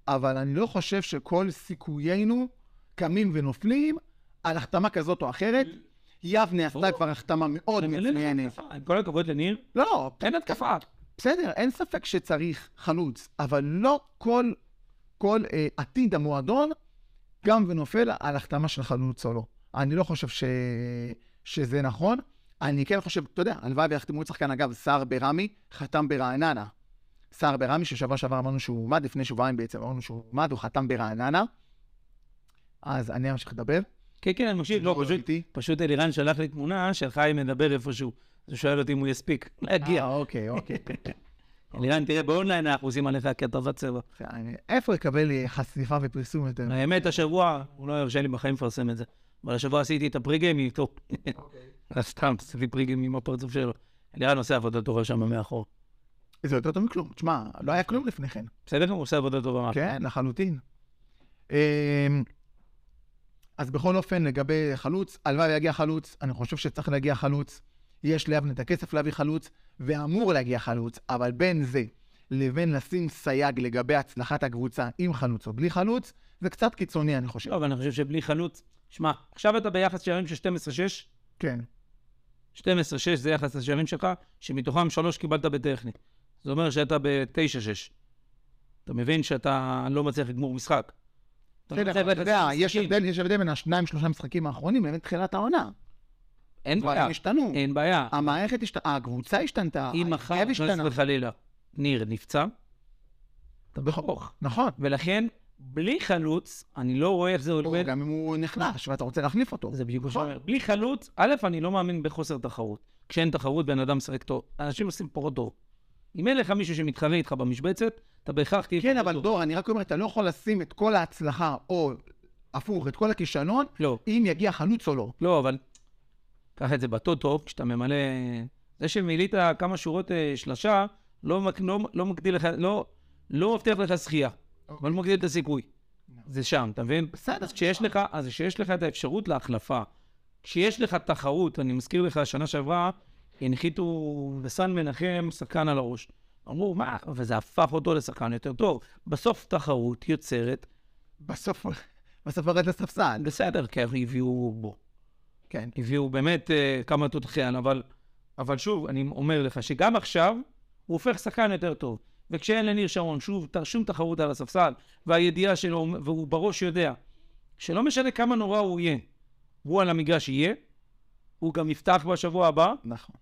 Speaker 1: אבל אני לא חושב שכל סיכויינו קמים ונופלים על החתמה כזאת או אחרת.
Speaker 3: אוקיי.
Speaker 1: יבנה עשתה
Speaker 3: ברור.
Speaker 1: כבר החתמה כן, מאוד
Speaker 3: אין לך
Speaker 1: מצוינת.
Speaker 3: התקפה. עם כל הכבוד לניר,
Speaker 1: לא, לא,
Speaker 3: אין התקפה.
Speaker 1: בסדר, אין ספק שצריך חלוץ, אבל לא כל, כל אה, עתיד המועדון גם ונופל על החתמה של חלוץ או לא. אני לא חושב ש... שזה נכון. אני כן חושב, אתה יודע, הלוואי ויחתמו את שחקן, אגב, סער ברמי, חתם ברעננה. סער ברמי, ששבוע שעבר אמרנו שהוא הועמד, לפני שבועיים בעצם אמרנו שהוא הועמד, הוא חתם ברעננה. אז אני אמשיך לדבר.
Speaker 3: כן, כן, אני מקשיב, לא, פשוט,
Speaker 1: ראיתי.
Speaker 3: פשוט אלירן שלח לי תמונה של חיים מדבר איפשהו. אז הוא שואל אותי אם הוא יספיק להגיע.
Speaker 1: אה, אוקיי, אוקיי. [LAUGHS]
Speaker 3: אלירן, תראה, באונליין אנחנו עושים עליך כתבת צבע.
Speaker 1: אני- איפה יקבל אה, חשיפה ופרסום יותר?
Speaker 3: האמת, השבוע, הוא לא ירשה לי בחיים לפרסם את זה. אבל השבוע עשיתי את הפריגיים איתו.
Speaker 1: אוקיי.
Speaker 3: אז סתם, עשיתי פריגיים עם הפרצוף שלו. אלירן עושה עבודה טובה שם מאחור.
Speaker 1: זה יותר טוב מכלום. תשמע, לא היה כלום לפני כן.
Speaker 3: בסדר? הוא עושה עבודה טובה.
Speaker 1: כן, לחלוטין. אמ, אז בכל אופן, לגבי חלוץ, הלוואי ויגיע חלוץ, אני חושב שצריך להגיע חלוץ. יש ליבנה את הכסף להביא חלוץ, ואמור להגיע חלוץ, אבל בין זה לבין לשים סייג לגבי הצלחת הקבוצה עם חלוץ או בלי חלוץ, זה קצת קיצוני, אני חושב.
Speaker 3: לא, אבל אני חושב שבלי חלוץ... שמע, עכשיו אתה ביחס שערים של 12-6,
Speaker 1: כן.
Speaker 3: 12-6 זה יחס השערים שלך, שמתוכם שלוש קיבלת בטכני. זה אומר שאתה ב-9-6. אתה מבין שאתה לא מצליח לגמור משחק. אתה לא
Speaker 1: בסדר,
Speaker 3: מצליח
Speaker 1: אבל אתה יודע,
Speaker 3: לעשות
Speaker 1: יש
Speaker 3: משחקים.
Speaker 1: הבדל, יש הבדל בין השניים, שלושה משחקים האחרונים לבין תחילת העונה.
Speaker 3: אין בעיה,
Speaker 1: דברים השתנו.
Speaker 3: אין בעיה.
Speaker 1: המערכת השתנתה, הקבוצה השתנתה,
Speaker 3: אם מחר, לא
Speaker 1: ההרכב
Speaker 3: חס
Speaker 1: השתנה.
Speaker 3: וחלילה, ניר נפצע,
Speaker 1: אתה בחוק. נכון.
Speaker 3: ולכן, בלי חלוץ, אני לא רואה איך זה עובד.
Speaker 1: גם אם הוא נחלש ואתה רוצה להחליף אותו.
Speaker 3: זה בדיוק מה
Speaker 1: נכון.
Speaker 3: שאומר. בלי חלוץ, א', אני לא מאמין בחוסר תחרות. כשאין תחרות, בן אדם משחק טוב. אנשים עושים פחות טוב. אם אין לך מישהו שמתחרה איתך במשבצת, אתה בהכרח תהיה...
Speaker 1: כן,
Speaker 3: פחות
Speaker 1: אבל
Speaker 3: טוב.
Speaker 1: דור, אני רק אומר, אתה לא יכול לשים את כל ההצלחה, או הפוך, את כל הכישלון,
Speaker 3: לא,
Speaker 1: אם יגיע חלוץ או לא.
Speaker 3: לא, אבל... קח את זה בטוטו, כשאתה ממלא... זה שמילאת כמה שורות אה, שלשה, לא, מק- לא, לא מגדיל לך, לא, לא מבטיח לך זכייה, אבל לא מגדיל את הסיכוי. זה שם, אתה מבין?
Speaker 1: בסדר.
Speaker 3: אז כשיש לך, אז כשיש לך את האפשרות להחלפה, כשיש לך תחרות, אני מזכיר לך, שנה שעברה, הנחיתו בסן מנחם שחקן על הראש. אמרו, מה? וזה הפך אותו לשחקן יותר טוב. בסוף תחרות יוצרת,
Speaker 1: בסוף [LAUGHS] בסוף יורד לספסל.
Speaker 3: בסדר, כן, הביאו בו.
Speaker 1: כן.
Speaker 3: הביאו באמת אה, כמה תותחיין, אבל, אבל שוב, אני אומר לך שגם עכשיו הוא הופך שחקן יותר טוב. וכשאין לניר שרון שוב ת- שום תחרות על הספסל, והידיעה שלו, והוא בראש יודע, שלא משנה כמה נורא הוא יהיה, הוא על המגרש יהיה, הוא גם יפתח בשבוע הבא,
Speaker 1: נכון.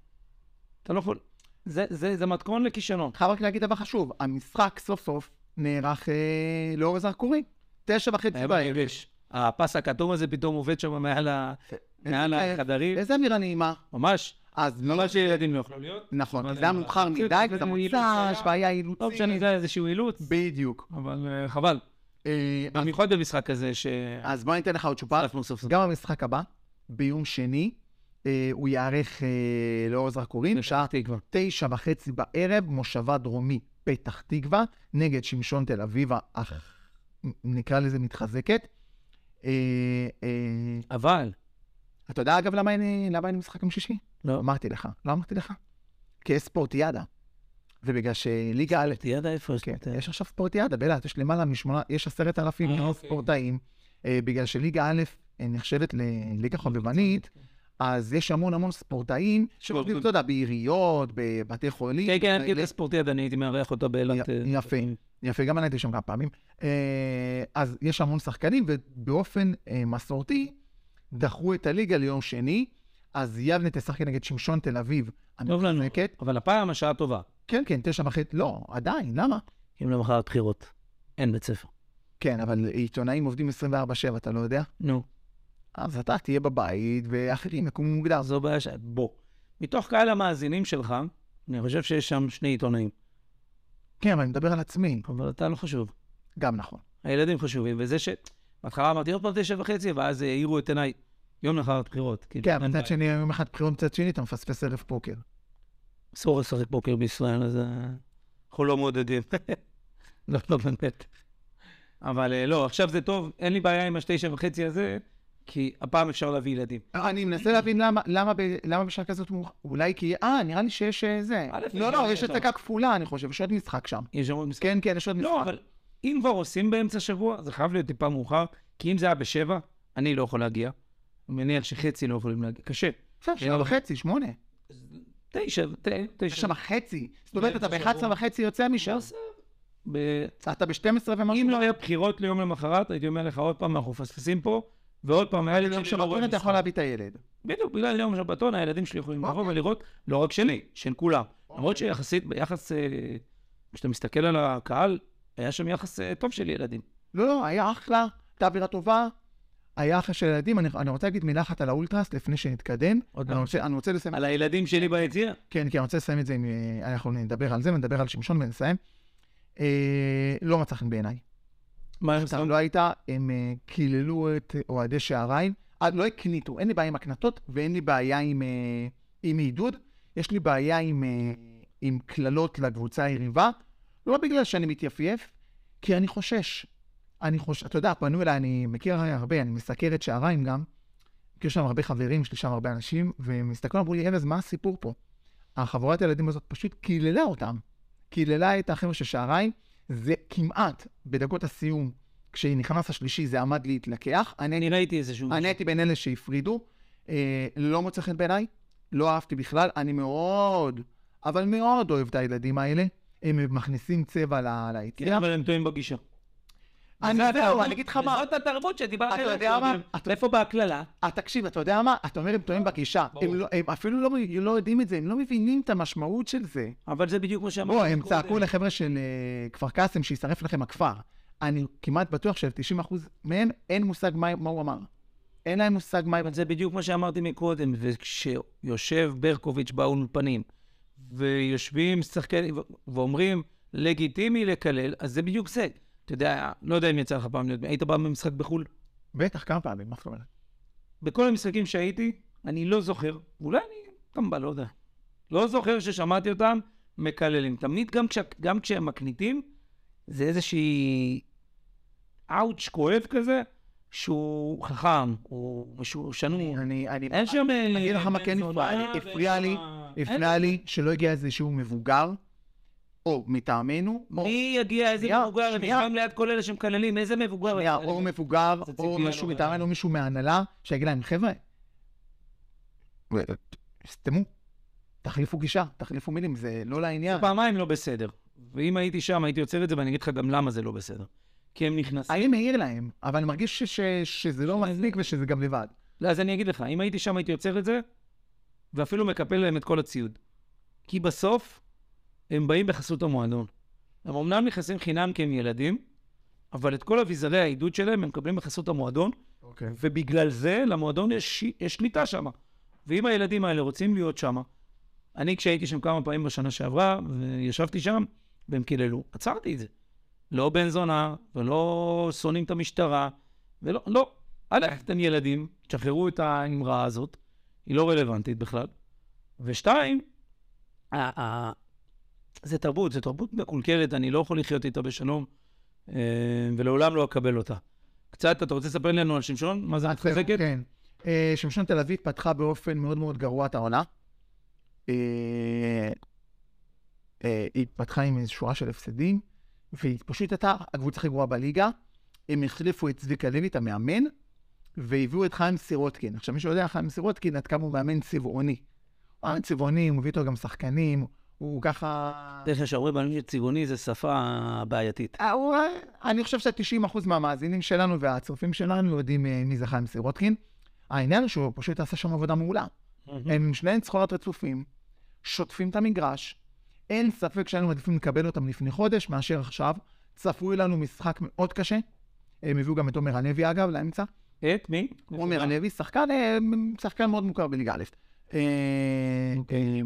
Speaker 3: אתה לא יכול... זה, זה, זה מתכון לכישלון.
Speaker 1: חייב רק להגיד דבר חשוב, המשחק סוף סוף נערך אה, לאור הזרקורי. תשע וחצי
Speaker 3: היה
Speaker 1: בערב.
Speaker 3: מרגש. הפס הכתום הזה פתאום עובד שם מעל ה- מעל
Speaker 1: איזה-
Speaker 3: החדרים.
Speaker 1: איזה אמירה נעימה.
Speaker 3: ממש.
Speaker 1: אז לא
Speaker 3: מה שילדים לא יכלו להיות.
Speaker 1: נכון,
Speaker 3: מה זה
Speaker 1: הקדמנו
Speaker 3: נראה?
Speaker 1: מאוחר
Speaker 3: אילוץ,
Speaker 1: מדי, וזה
Speaker 3: זה אילוץ
Speaker 1: מוצש,
Speaker 3: היה.
Speaker 1: והיה
Speaker 3: לא משנה,
Speaker 1: אילוצים.
Speaker 3: זה היה איזשהו אילוץ,
Speaker 1: בדיוק.
Speaker 3: אבל אה, חבל.
Speaker 1: אה, אז-
Speaker 3: במיוחד במשחק הזה שהחלפנו
Speaker 1: אז בוא ניתן לך עוד שופר.
Speaker 3: סוף סוף.
Speaker 1: גם המשחק הבא, ביום שני, אה, הוא ייערך אה, לאור הזרקורים, שעה
Speaker 3: תקווה.
Speaker 1: תשע וחצי בערב, מושבה דרומי פתח תקווה, נגד שמשון תל אביב, אך נקרא לזה מתחזקת. אה, אה,
Speaker 3: אבל,
Speaker 1: אתה יודע אגב למה אין, למה אין משחק יום שישי?
Speaker 3: לא.
Speaker 1: אמרתי לך, לא אמרתי לך. כי יש ספורטיאדה. זה בגלל שליגה א',
Speaker 3: תהיה יודע איפה
Speaker 1: כן,
Speaker 3: אתה-
Speaker 1: יש עכשיו ספורטיאדה, בלאט, יש למעלה משמונה, יש עשרת אלפים
Speaker 3: אה, אוקיי.
Speaker 1: ספורטאים. אה, בגלל שליגה א' אה, נחשבת לליגה חובבנית, אז יש המון המון ספורטאים,
Speaker 3: ספורטאים.
Speaker 1: שעובדים, אתה יודע, בעיריות, בבתי חולים. אה,
Speaker 3: כן, כן,
Speaker 1: ל-
Speaker 3: אני ספורטיאד, אני הייתי מארח אותה באילת.
Speaker 1: י-
Speaker 3: אה,
Speaker 1: יפה. יפה, גם אני הייתי שם כמה פעמים. אה, אז יש המון שחקנים, ובאופן אה, מסורתי, דחו את הליגה ליום שני, אז יבנה תשחק נגד שמשון תל אביב.
Speaker 3: טוב לנו.
Speaker 1: המחזקת.
Speaker 3: אבל הפעם השעה טובה.
Speaker 1: כן, כן, תשע וחצי, לא, עדיין, למה?
Speaker 3: אם למחרת בחירות. אין בית ספר.
Speaker 1: כן, אבל עיתונאים עובדים 24-7, אתה לא יודע?
Speaker 3: נו.
Speaker 1: אז אתה תהיה בבית, ואחרים יקומו מוקדם.
Speaker 3: זו בעיה ש... בוא. מתוך קהל המאזינים שלך, אני חושב שיש שם שני עיתונאים.
Speaker 1: כן, אבל אני מדבר על עצמי,
Speaker 3: אבל אתה לא חשוב.
Speaker 1: גם נכון.
Speaker 3: הילדים חשובים, וזה ש... בהתחלה אמרתי עוד פעם תשע וחצי, ואז העירו את עיניי יום לאחר בחירות. כאילו,
Speaker 1: כן,
Speaker 3: אין
Speaker 1: אבל מצד
Speaker 3: בעיה.
Speaker 1: שני, יום אחד בחירות, מצד שני, אתה מפספס ערב פוקר.
Speaker 3: אסור לשחק פוקר בישראל, אז אה, אנחנו לא מעודדים. [LAUGHS] לא, לא באמת. אבל אה, לא, עכשיו זה טוב, אין לי בעיה עם השתשע וחצי הזה, כי הפעם אפשר להביא ילדים.
Speaker 1: אני מנסה להבין למה, למה, ב- למה בשעה כזאת מאוחר, אולי כי, אה, נראה לי שיש אה, זה.
Speaker 3: א',
Speaker 1: לא,
Speaker 3: יש
Speaker 1: לא,
Speaker 3: שם,
Speaker 1: יש
Speaker 3: יש
Speaker 1: הצגה כפולה, אני חושב, יש עוד משחק שם.
Speaker 3: יש שם עוד משחק.
Speaker 1: כן, כן, יש עוד
Speaker 3: לא,
Speaker 1: משחק.
Speaker 3: אבל אם כבר עושים באמצע שבוע, זה חייב להיות טיפה מאוחר, כי אם זה היה בשבע, אני לא יכול להגיע. אני מניח שחצי לא יכולים להגיע. קשה.
Speaker 1: בסדר,
Speaker 3: לא.
Speaker 1: שעה וחצי, שמונה.
Speaker 3: תשע, ת-
Speaker 1: יש
Speaker 3: תשע.
Speaker 1: שם חצי. זאת אומרת, אתה
Speaker 3: באמצע
Speaker 1: ב-11
Speaker 3: שבוע.
Speaker 1: וחצי יוצא משם.
Speaker 3: שעושה? ב-
Speaker 1: אתה ב-12 ומשהו.
Speaker 3: אם לא היה בחירות ליום למחרת, הייתי אומר לך עוד פעם, אנחנו מפספסים פה, ועוד פעם, הילד
Speaker 1: ביום
Speaker 3: שלי לא רואה
Speaker 1: שבתון אתה
Speaker 3: משחק.
Speaker 1: יכול להביא את הילד.
Speaker 3: בדיוק, בגלל יום שבתון, הילדים שלי יכולים לבוא
Speaker 1: אוקיי.
Speaker 3: ולראות, לא רק שלי, של כולם. למרות שיחסית, ביחס, אה, כשאתה מסתכל על הקהל, היה שם יחס אה, טוב של ילדים.
Speaker 1: לא, לא, היה אחלה, הייתה אווירה טובה. היה אחלה של ילדים. אני- אני רוצה להגיד מילה אחת על האולטרס לפני שנתקדם.
Speaker 3: עוד
Speaker 1: אני
Speaker 3: פעם.
Speaker 1: רוצה- אני רוצה לסיים
Speaker 3: על הילדים שלי ביציע?
Speaker 1: כן, כי אני רוצה לסיים את זה עם... אה, אנחנו נדבר על זה, נדבר על שמשון ונסיים. אה, לא מצא חן בעיניי.
Speaker 3: מה הם
Speaker 1: אתה לא היית, הם אה, קיללו את אוהדי שעריים. אה, לא הקניטו, אין לי בעיה עם הקנטות ואין לי בעיה עם, אה, עם עידוד. יש לי בעיה עם, אה, עם קללות לקבוצה היריבה. לא בגלל שאני מתייפייף, כי אני חושש. אני חושש, אתה יודע, פנו אליי, אני מכיר הרבה, אני מסקר את שעריים גם. מכיר שם הרבה חברים, יש לי שם הרבה אנשים, והם הסתכלו, אמרו לי, ארז, מה הסיפור פה? החבורת הילדים הזאת פשוט קיללה אותם. קיללה את החבר'ה של שעריים, זה כמעט, בדקות הסיום, כשנכנס השלישי, זה עמד להתלקח. אני,
Speaker 3: אני ראיתי איזשהו...
Speaker 1: אני הייתי בין אלה שהפרידו, אה, לא מוצא חן בעיניי, לא אהבתי בכלל, אני מאוד, אבל מאוד אוהב את הילדים האלה. הם מכניסים צבע ל-
Speaker 3: כן,
Speaker 1: ליציאה.
Speaker 3: אבל הם טועים בגישה.
Speaker 1: אני
Speaker 3: וזה
Speaker 1: זהו,
Speaker 3: התרבות-
Speaker 1: אני אגיד לך מה.
Speaker 3: וזאת התרבות שדיברת
Speaker 1: אתה
Speaker 3: עליה
Speaker 1: יודע מה?
Speaker 3: קודם.
Speaker 1: אתה-
Speaker 3: ואיפה בהקללה?
Speaker 1: אה, תקשיב, אתה יודע מה? אתה אומר, הם טועים בגישה. הם,
Speaker 3: אה, ברור.
Speaker 1: לא, הם אפילו לא, לא יודעים את זה, הם לא מבינים את המשמעות של זה.
Speaker 3: אבל זה בדיוק מה שאמרתי.
Speaker 1: בוא, הם
Speaker 3: קודם.
Speaker 1: צעקו לחבר'ה של אה, כפר קאסם, שישרף לכם הכפר. אני כמעט בטוח של-90% מהם אין מושג מה מה הוא אמר. אין להם מושג מה...
Speaker 3: אבל זה בדיוק מה שאמרתי מקודם, וכשיושב ברקוביץ' באולפנים, ויושבים שחקנים ו- ואומרים, לגיטימי לקלל, אז זה בדיוק זה. אתה יודע, לא יודע אם יצא לך פעם להיות, היית פעם במשחק בחו"ל?
Speaker 1: בטח, כמה פעמים, מה זאת אומרת?
Speaker 3: בכל המשחקים שהייתי, אני לא זוכר, ואולי אני טמבל, לא יודע. לא זוכר ששמעתי אותם מקללים. תמיד גם, כש, גם כשהם מקניטים, זה איזושהי אאוץ' כואב כזה, שהוא חכם, הוא משהו שנוי.
Speaker 1: אני... אני...
Speaker 3: אין שם... אה,
Speaker 1: אני אגיד לך מה כן הפריע לי. הפריע לי, הפריע לי שלא הגיע איזשהו מבוגר, או מטעמנו, או-
Speaker 3: מי יגיע, איזה
Speaker 1: שנייה,
Speaker 3: מבוגר, אני
Speaker 1: שנייה.
Speaker 3: חם ליד כל אלה שמקללים, איזה מבוגר.
Speaker 1: שנייה, או מבוגר,
Speaker 3: זה ציפייה
Speaker 1: או
Speaker 3: לא
Speaker 1: מישהו
Speaker 3: ריאלית.
Speaker 1: מטעמנו, מישהו מההנהלה, שיגיד להם, חבר'ה, סתמו, תחליפו גישה, תחליפו מילים, זה לא לעניין.
Speaker 3: פעמיים לא בסדר. ואם הייתי שם, הייתי עוצר את זה, ואני אגיד לך גם למה זה לא בסדר. כי הם נכנסים.
Speaker 1: אני מעיר להם, אבל אני מרגיש ש- ש- שזה לא מספיק ושזה גם לבד.
Speaker 3: לא, אז אני אגיד לך, אם הייתי שם הייתי עוצר את זה, ואפילו מקפל להם את כל הציוד. כי בסוף הם באים בחסות המועדון. הם אמנם נכנסים חינם כי הם ילדים, אבל את כל אביזרי העידוד שלהם הם מקבלים בחסות המועדון,
Speaker 1: אוקיי.
Speaker 3: ובגלל זה למועדון יש, שי- יש שליטה שם. ואם הילדים האלה רוצים להיות שם, אני כשהייתי שם כמה פעמים בשנה שעברה, וישבתי שם, והם קיללו, עצרתי את זה. לא בן זונה, ולא שונאים את המשטרה, ולא, לא. א',
Speaker 1: כן.
Speaker 3: אתם ילדים, תשחררו את האמרה הזאת, היא לא רלוונטית בכלל. ושתיים, ה- ה- זה תרבות, זו תרבות מקולקלת, אני לא יכול לחיות איתה בשלום, אה, ולעולם לא אקבל אותה. קצת, אתה רוצה לספר לנו על שמשון? מה זה
Speaker 1: אז זהו,
Speaker 3: התחזקת?
Speaker 1: כן. אה, שמשון תל אביב פתחה באופן מאוד מאוד גרוע את העונה. אה, אה, היא פתחה עם איזו שורה של הפסדים, והיא פשוט הייתה הקבוצה הכי גרועה בליגה. הם החליפו את צביקה לוי, את המאמן, והביאו את חיים סירוטקין. עכשיו, מי שיודע, חיים סירוטקין, עד כמה הוא מאמן צבעוני. הוא מאמן צבעוני, הוא מביא איתו גם שחקנים, הוא ככה...
Speaker 3: תכף יש הרבה פעמים שצבעוני זה שפה בעייתית.
Speaker 1: אה, הוא- אני חושב ש-90% מהמאזינים שלנו והצופים שלנו יודעים אה, מי זה חיים סירוטקין. העניין הוא שהוא פשוט עשה שם עבודה מעולה. הם עם שני ניצחונות רצופים, שוטפים את המגרש. אין ספק שהיינו מעדיפים לקבל אותם לפני חודש מאשר עכשיו. צפוי לנו משחק מאוד קשה. הם הביאו גם את עומר הלוי, אגב, לאמצע.
Speaker 3: את מי?
Speaker 1: עומר הלוי, שחקן, אה, שחקן מאוד מוכר בליגה א'. אה, אה,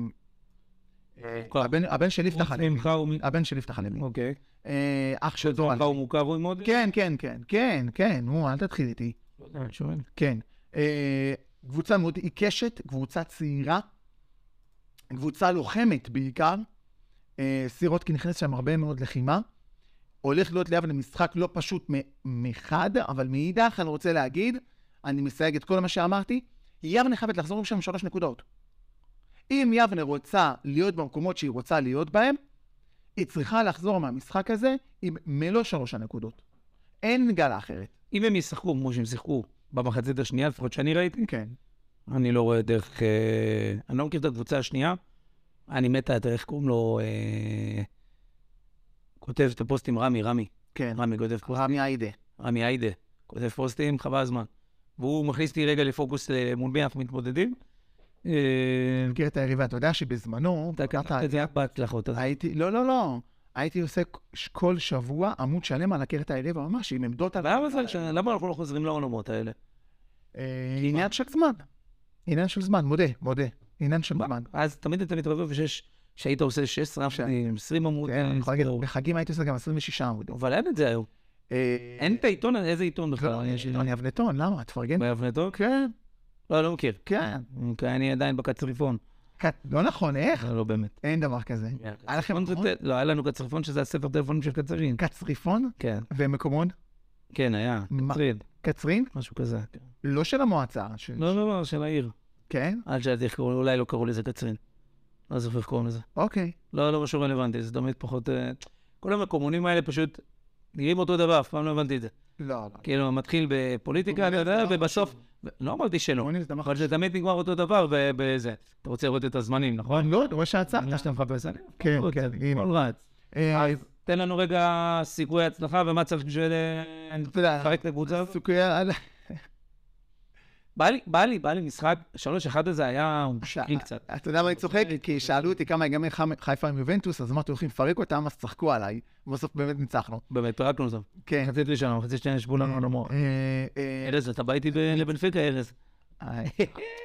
Speaker 3: מוכר.
Speaker 1: הבן- הבן של יפתח
Speaker 3: חוץ
Speaker 1: הלוי.
Speaker 3: ממך הוא מ-
Speaker 1: הבן של יפתח הלוי.
Speaker 3: אוקיי. נכון.
Speaker 1: אה, אח של דורון.
Speaker 3: ממך הוא מוכר הוא עם עוד?
Speaker 1: כן, כן, כן, כן, כן, נו, אל תתחיל איתי.
Speaker 3: לא יודע, אני שואל.
Speaker 1: כן. אה, קבוצה מאוד עיקשת, קבוצה צעירה, קבוצה לוחמת בעיקר. אה, סירוטקי נכנס שם הרבה מאוד לחימה. הולך להיות ליבנה משחק לא פשוט מ- מחד, אבל מאידך אני רוצה להגיד, אני מסייג את כל מה שאמרתי, יבנה חייבת לחזור משם עם שלוש נקודות. אם יבנה רוצה להיות במקומות שהיא רוצה להיות בהם, היא צריכה לחזור מהמשחק הזה עם מלוא שלוש הנקודות. אין גלה אחרת.
Speaker 3: אם הם ישחקו כמו שהם שיחקו במחצית השנייה, לפחות שאני ראיתי,
Speaker 1: כן.
Speaker 3: אני לא רואה דרך... אה, אני לא מכיר את הקבוצה השנייה. אני מת על איך קוראים לו... אה, כותב את הפוסטים רמי, רמי.
Speaker 1: כן.
Speaker 3: רמי כותב פוסטים.
Speaker 1: רמי עאידה.
Speaker 3: רמי היידה, כותב פוסטים, חבל הזמן. והוא מכניס אותי רגע לפוקוס אה, מול מי אנחנו מתמודדים. אה,
Speaker 1: אני מכיר את היריבה, אתה יודע שבזמנו,
Speaker 3: אתה
Speaker 1: אתה-
Speaker 3: קחת את זה רק בהצלחות. אז-
Speaker 1: הייתי, לא, לא, לא, הייתי עושה ש- כל שבוע עמוד שלם על הכרת היריבה, ממש עם עמדות על...
Speaker 3: למה זה- למה אנחנו לא חוזרים לעולמות האלה?
Speaker 1: אה, עניין של זמן. עניין של זמן, מודה, מודה. עניין של זמן.
Speaker 3: אז תמיד אתה מתרבב בשש, שהיית עושה 16 עמודים, 20 עמודים.
Speaker 1: כן, אני יכול להגיד,
Speaker 3: לסגור.
Speaker 1: בחגים הייתי עושה גם 26 עמודים.
Speaker 3: אבל אין את זה היום.
Speaker 1: אה,
Speaker 3: אין את העיתון, איזה עיתון בכלל?
Speaker 1: לא,
Speaker 3: יש עיתון
Speaker 1: אני אבנטון, למה? תפרגן.
Speaker 3: באבנטון?
Speaker 1: כן,
Speaker 3: לא, לא מכיר.
Speaker 1: כן.
Speaker 3: אוקיי, אני עדיין בקצריפון.
Speaker 1: כת- לא נכון, איך?
Speaker 3: לא, לא באמת.
Speaker 1: אין דבר כזה. היה לכם
Speaker 3: קצריפון זה
Speaker 1: נכון?
Speaker 3: ט- לא, היה לנו קצריפון שזה הספר טלפונים של קצרין.
Speaker 1: קצריפון
Speaker 3: כן,
Speaker 1: ומקומון?
Speaker 3: כן, היה.
Speaker 1: מה?
Speaker 3: קצרין,
Speaker 1: קצרין?
Speaker 3: משהו כזה. כן.
Speaker 1: לא של המועצה. ש-
Speaker 3: לא, לא, לא, של העיר.
Speaker 1: כן?
Speaker 3: אל תשאל איך קראו, אולי לא קראו לזה קצרין. לא זוכר איך קוראים לזה.
Speaker 1: אוקיי.
Speaker 3: לא, לא משהו רלוונטי, זה תמיד פחות... אה, כל המקומונים האלה פשוט נראים אותו דבר, אף פעם לא הבנתי את זה.
Speaker 1: לא, לא.
Speaker 3: כאילו, מתחיל בפוליטיקה, אתה יודע, ובסוף... לא אמרתי שלא,
Speaker 1: קומוניזם זה דבר
Speaker 3: אבל זה תמיד נגמר אותו דבר ו- בזה. אתה רוצה לראות את הזמנים, נכון?
Speaker 1: לא, אני רואה שעצרת.
Speaker 3: מה שאתה מחפש, אני
Speaker 1: כן,
Speaker 3: רוצה,
Speaker 1: כן, הנה.
Speaker 3: הכל רץ.
Speaker 1: אה,
Speaker 3: תן לנו רגע סיכוי הצלחה ומה צריך בשביל... אה,
Speaker 1: אתה יודע,
Speaker 3: לפרק את הקבוצה הזאת.
Speaker 1: סיכוי על...
Speaker 3: בא לי, בא לי, בא לי משחק, 3-1 הזה היה, הוא שקרי קצת.
Speaker 1: אתה יודע מה אני צוחק? כי שאלו אותי כמה יגמר חמ- חיפה עם יובנטוס, אז אמרתי, הולכים לפרק אותם, אז צחקו עליי. בסוף באמת ניצחנו.
Speaker 3: באמת, לא פירקנו אותם.
Speaker 1: כן.
Speaker 3: מחצית ראשונה, מחצית שנייה ישבו לנו על המוח.
Speaker 1: אה, אה,
Speaker 3: ארז, אתה בא איתי ב- לבנפיקה, ארז.
Speaker 1: אה,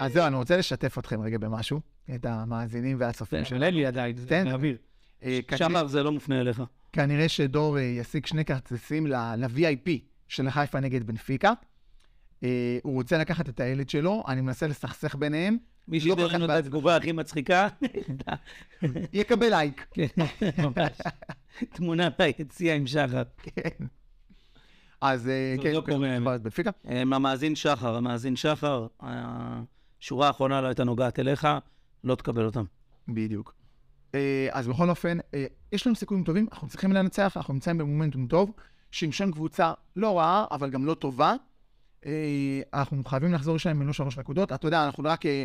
Speaker 1: אז זהו, אני רוצה לשתף אתכם רגע במשהו, את המאזינים והצופים שלנו.
Speaker 3: של אלי עדיין,
Speaker 1: כן. תן.
Speaker 3: זה מהאוויר.
Speaker 1: אה, כנראה-
Speaker 3: שחר זה לא מופנה אליך.
Speaker 1: כנראה שדור אה, ישיג שני כרטיסים ל- ל-VIP של חיפה נגד בנפיקה. אה, הוא רוצה לקחת את הילד שלו, אני מנסה לסכסך ביניהם,
Speaker 3: מי
Speaker 1: לא כל
Speaker 3: שדיבר
Speaker 1: כך
Speaker 3: לנו את
Speaker 1: בעד.
Speaker 3: התגובה הכי
Speaker 1: [LAUGHS]
Speaker 3: מצחיקה,
Speaker 1: יקבל לייק.
Speaker 3: כן, ממש. תמונה ביציע עם שחר.
Speaker 1: כן. אז אה,
Speaker 3: זה
Speaker 1: כן,
Speaker 3: לא קורה.
Speaker 1: כבר את בנפיקה.
Speaker 3: אה, המאזין שחר, המאזין שחר, אה, השורה האחרונה לא הייתה נוגעת אליך, לא תקבל אותם.
Speaker 1: בדיוק. אה, אז בכל אופן, אה, יש לנו סיכויים טובים, אנחנו צריכים לנצח, אנחנו נמצאים במומנטום טוב. שמשון קבוצה לא רעה, אבל גם לא טובה. אה, אנחנו חייבים לחזור לשם עם מינוס שלוש נקודות. אתה יודע, אנחנו רק אה,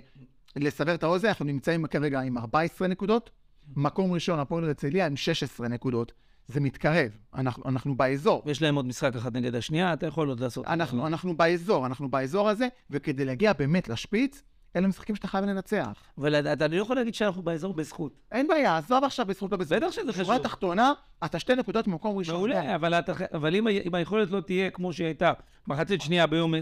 Speaker 1: לסבר את האוזן, אנחנו נמצאים כרגע עם 14 נקודות. מקום ראשון, הפועל הרצליה עם 16 נקודות. זה מתקרב, אנחנו, אנחנו באזור.
Speaker 3: יש להם עוד משחק אחת נגד השנייה, אתה יכול עוד לעשות.
Speaker 1: אנחנו, אנחנו באזור, אנחנו באזור הזה, וכדי להגיע באמת לשפיץ, אלה משחקים שאתה חייב לנצח.
Speaker 3: אבל אתה- אתה לא יכול להגיד שאנחנו באזור בזכות.
Speaker 1: אין בעיה, עזוב עכשיו בזכות לא בזכות.
Speaker 3: בטח שזה
Speaker 1: בשורה
Speaker 3: חשוב.
Speaker 1: התחתונה, אתה שתי נקודות ממקום ראשון.
Speaker 3: מעולה, אבל אתה- אבל אם ה- אם היכולת לא תהיה כמו שהיא הייתה, מחצית שנייה ביום...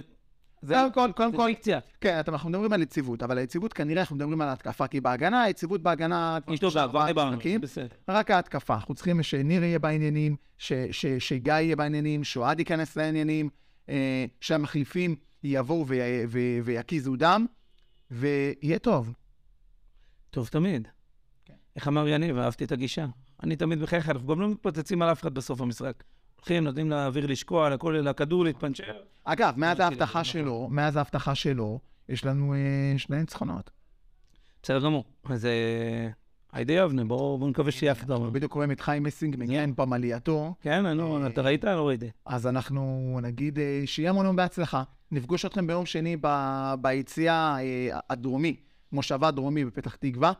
Speaker 3: זה
Speaker 1: כן, קודם כל, קודם
Speaker 3: זה
Speaker 1: כל,
Speaker 3: פיקציה.
Speaker 1: כן, אתה- אנחנו מדברים על יציבות, אבל היציבות כנראה אנחנו מדברים על ההתקפה, כי בהגנה, היציבות בהגנה...
Speaker 3: יש לו בעבר, דיברנו,
Speaker 1: משחקים.
Speaker 3: בסדר.
Speaker 1: רק ההתקפה. אנחנו צריכים שניר יהיה בעניינים, ש, ש, שגיא יהיה בעניינים, שאוהד ייכנס לעניינים, אה, שהמחליפים יבואו ו, ו, ויקיזו דם, ויהיה טוב.
Speaker 3: טוב תמיד.
Speaker 1: כן.
Speaker 3: איך אמר יניב, אהבתי את הגישה. אני תמיד בחייך, אנחנו גם לא מתפוצצים על אף אחד בסוף המשחק. הולכים, נותנים לאוויר לשקוע, לכל- לכדור להתפנצ'ר.
Speaker 1: אגב, מאז
Speaker 3: נכון,
Speaker 1: ההבטחה
Speaker 3: נכון.
Speaker 1: שלו, מאז ההבטחה שלו, יש לנו אה, שני ניצחונות.
Speaker 3: בסדר גמור. אז אה, היידי אבנה, בואו בואו נקווה שיהיה אף דבר.
Speaker 1: בדיוק רואים את חיים מסינג מגן פעם עלייתו,
Speaker 3: כן, אני לא- אתה ראית? לא ראיתי.
Speaker 1: אז אנחנו נגיד אה, שיהיה המון המון בהצלחה. נפגוש אתכם ביום שני ב- ביציאה אה, הדרומי, מושבה הדרומי בפתח תקווה.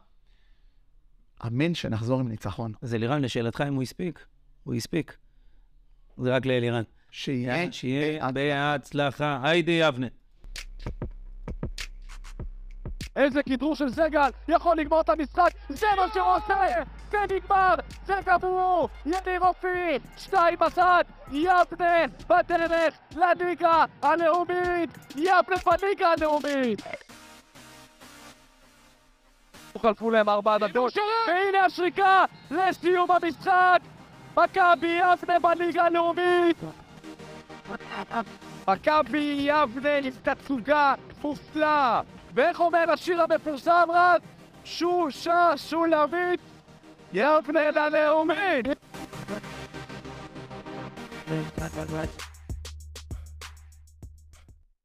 Speaker 1: אמן שנחזור עם ניצחון.
Speaker 3: אז אלירן, לשאלתך אם הוא הספיק, הוא הספיק. זה רק לאלירן.
Speaker 1: שיהיה.
Speaker 3: שיהיה בהצלחה. היידי יבנה.
Speaker 2: איזה כדרור של סגל, יכול לגמור את המשחק, זה מה שהוא עושה! זה נגמר, זה גמור! יניר אופיר, שתיים בסד, יבנה בדרך לליגה הלאומית! יבנה בליגה הלאומית! חלפו להם ארבע דקות, והנה השריקה לסיום המשחק! מכבי יבנה בליגה הלאומית! מכבי יבנה עם תצוגה מופלאה! ואיך אומר השיר המפורסם רק? שושה שולמית יבנה ללאומית!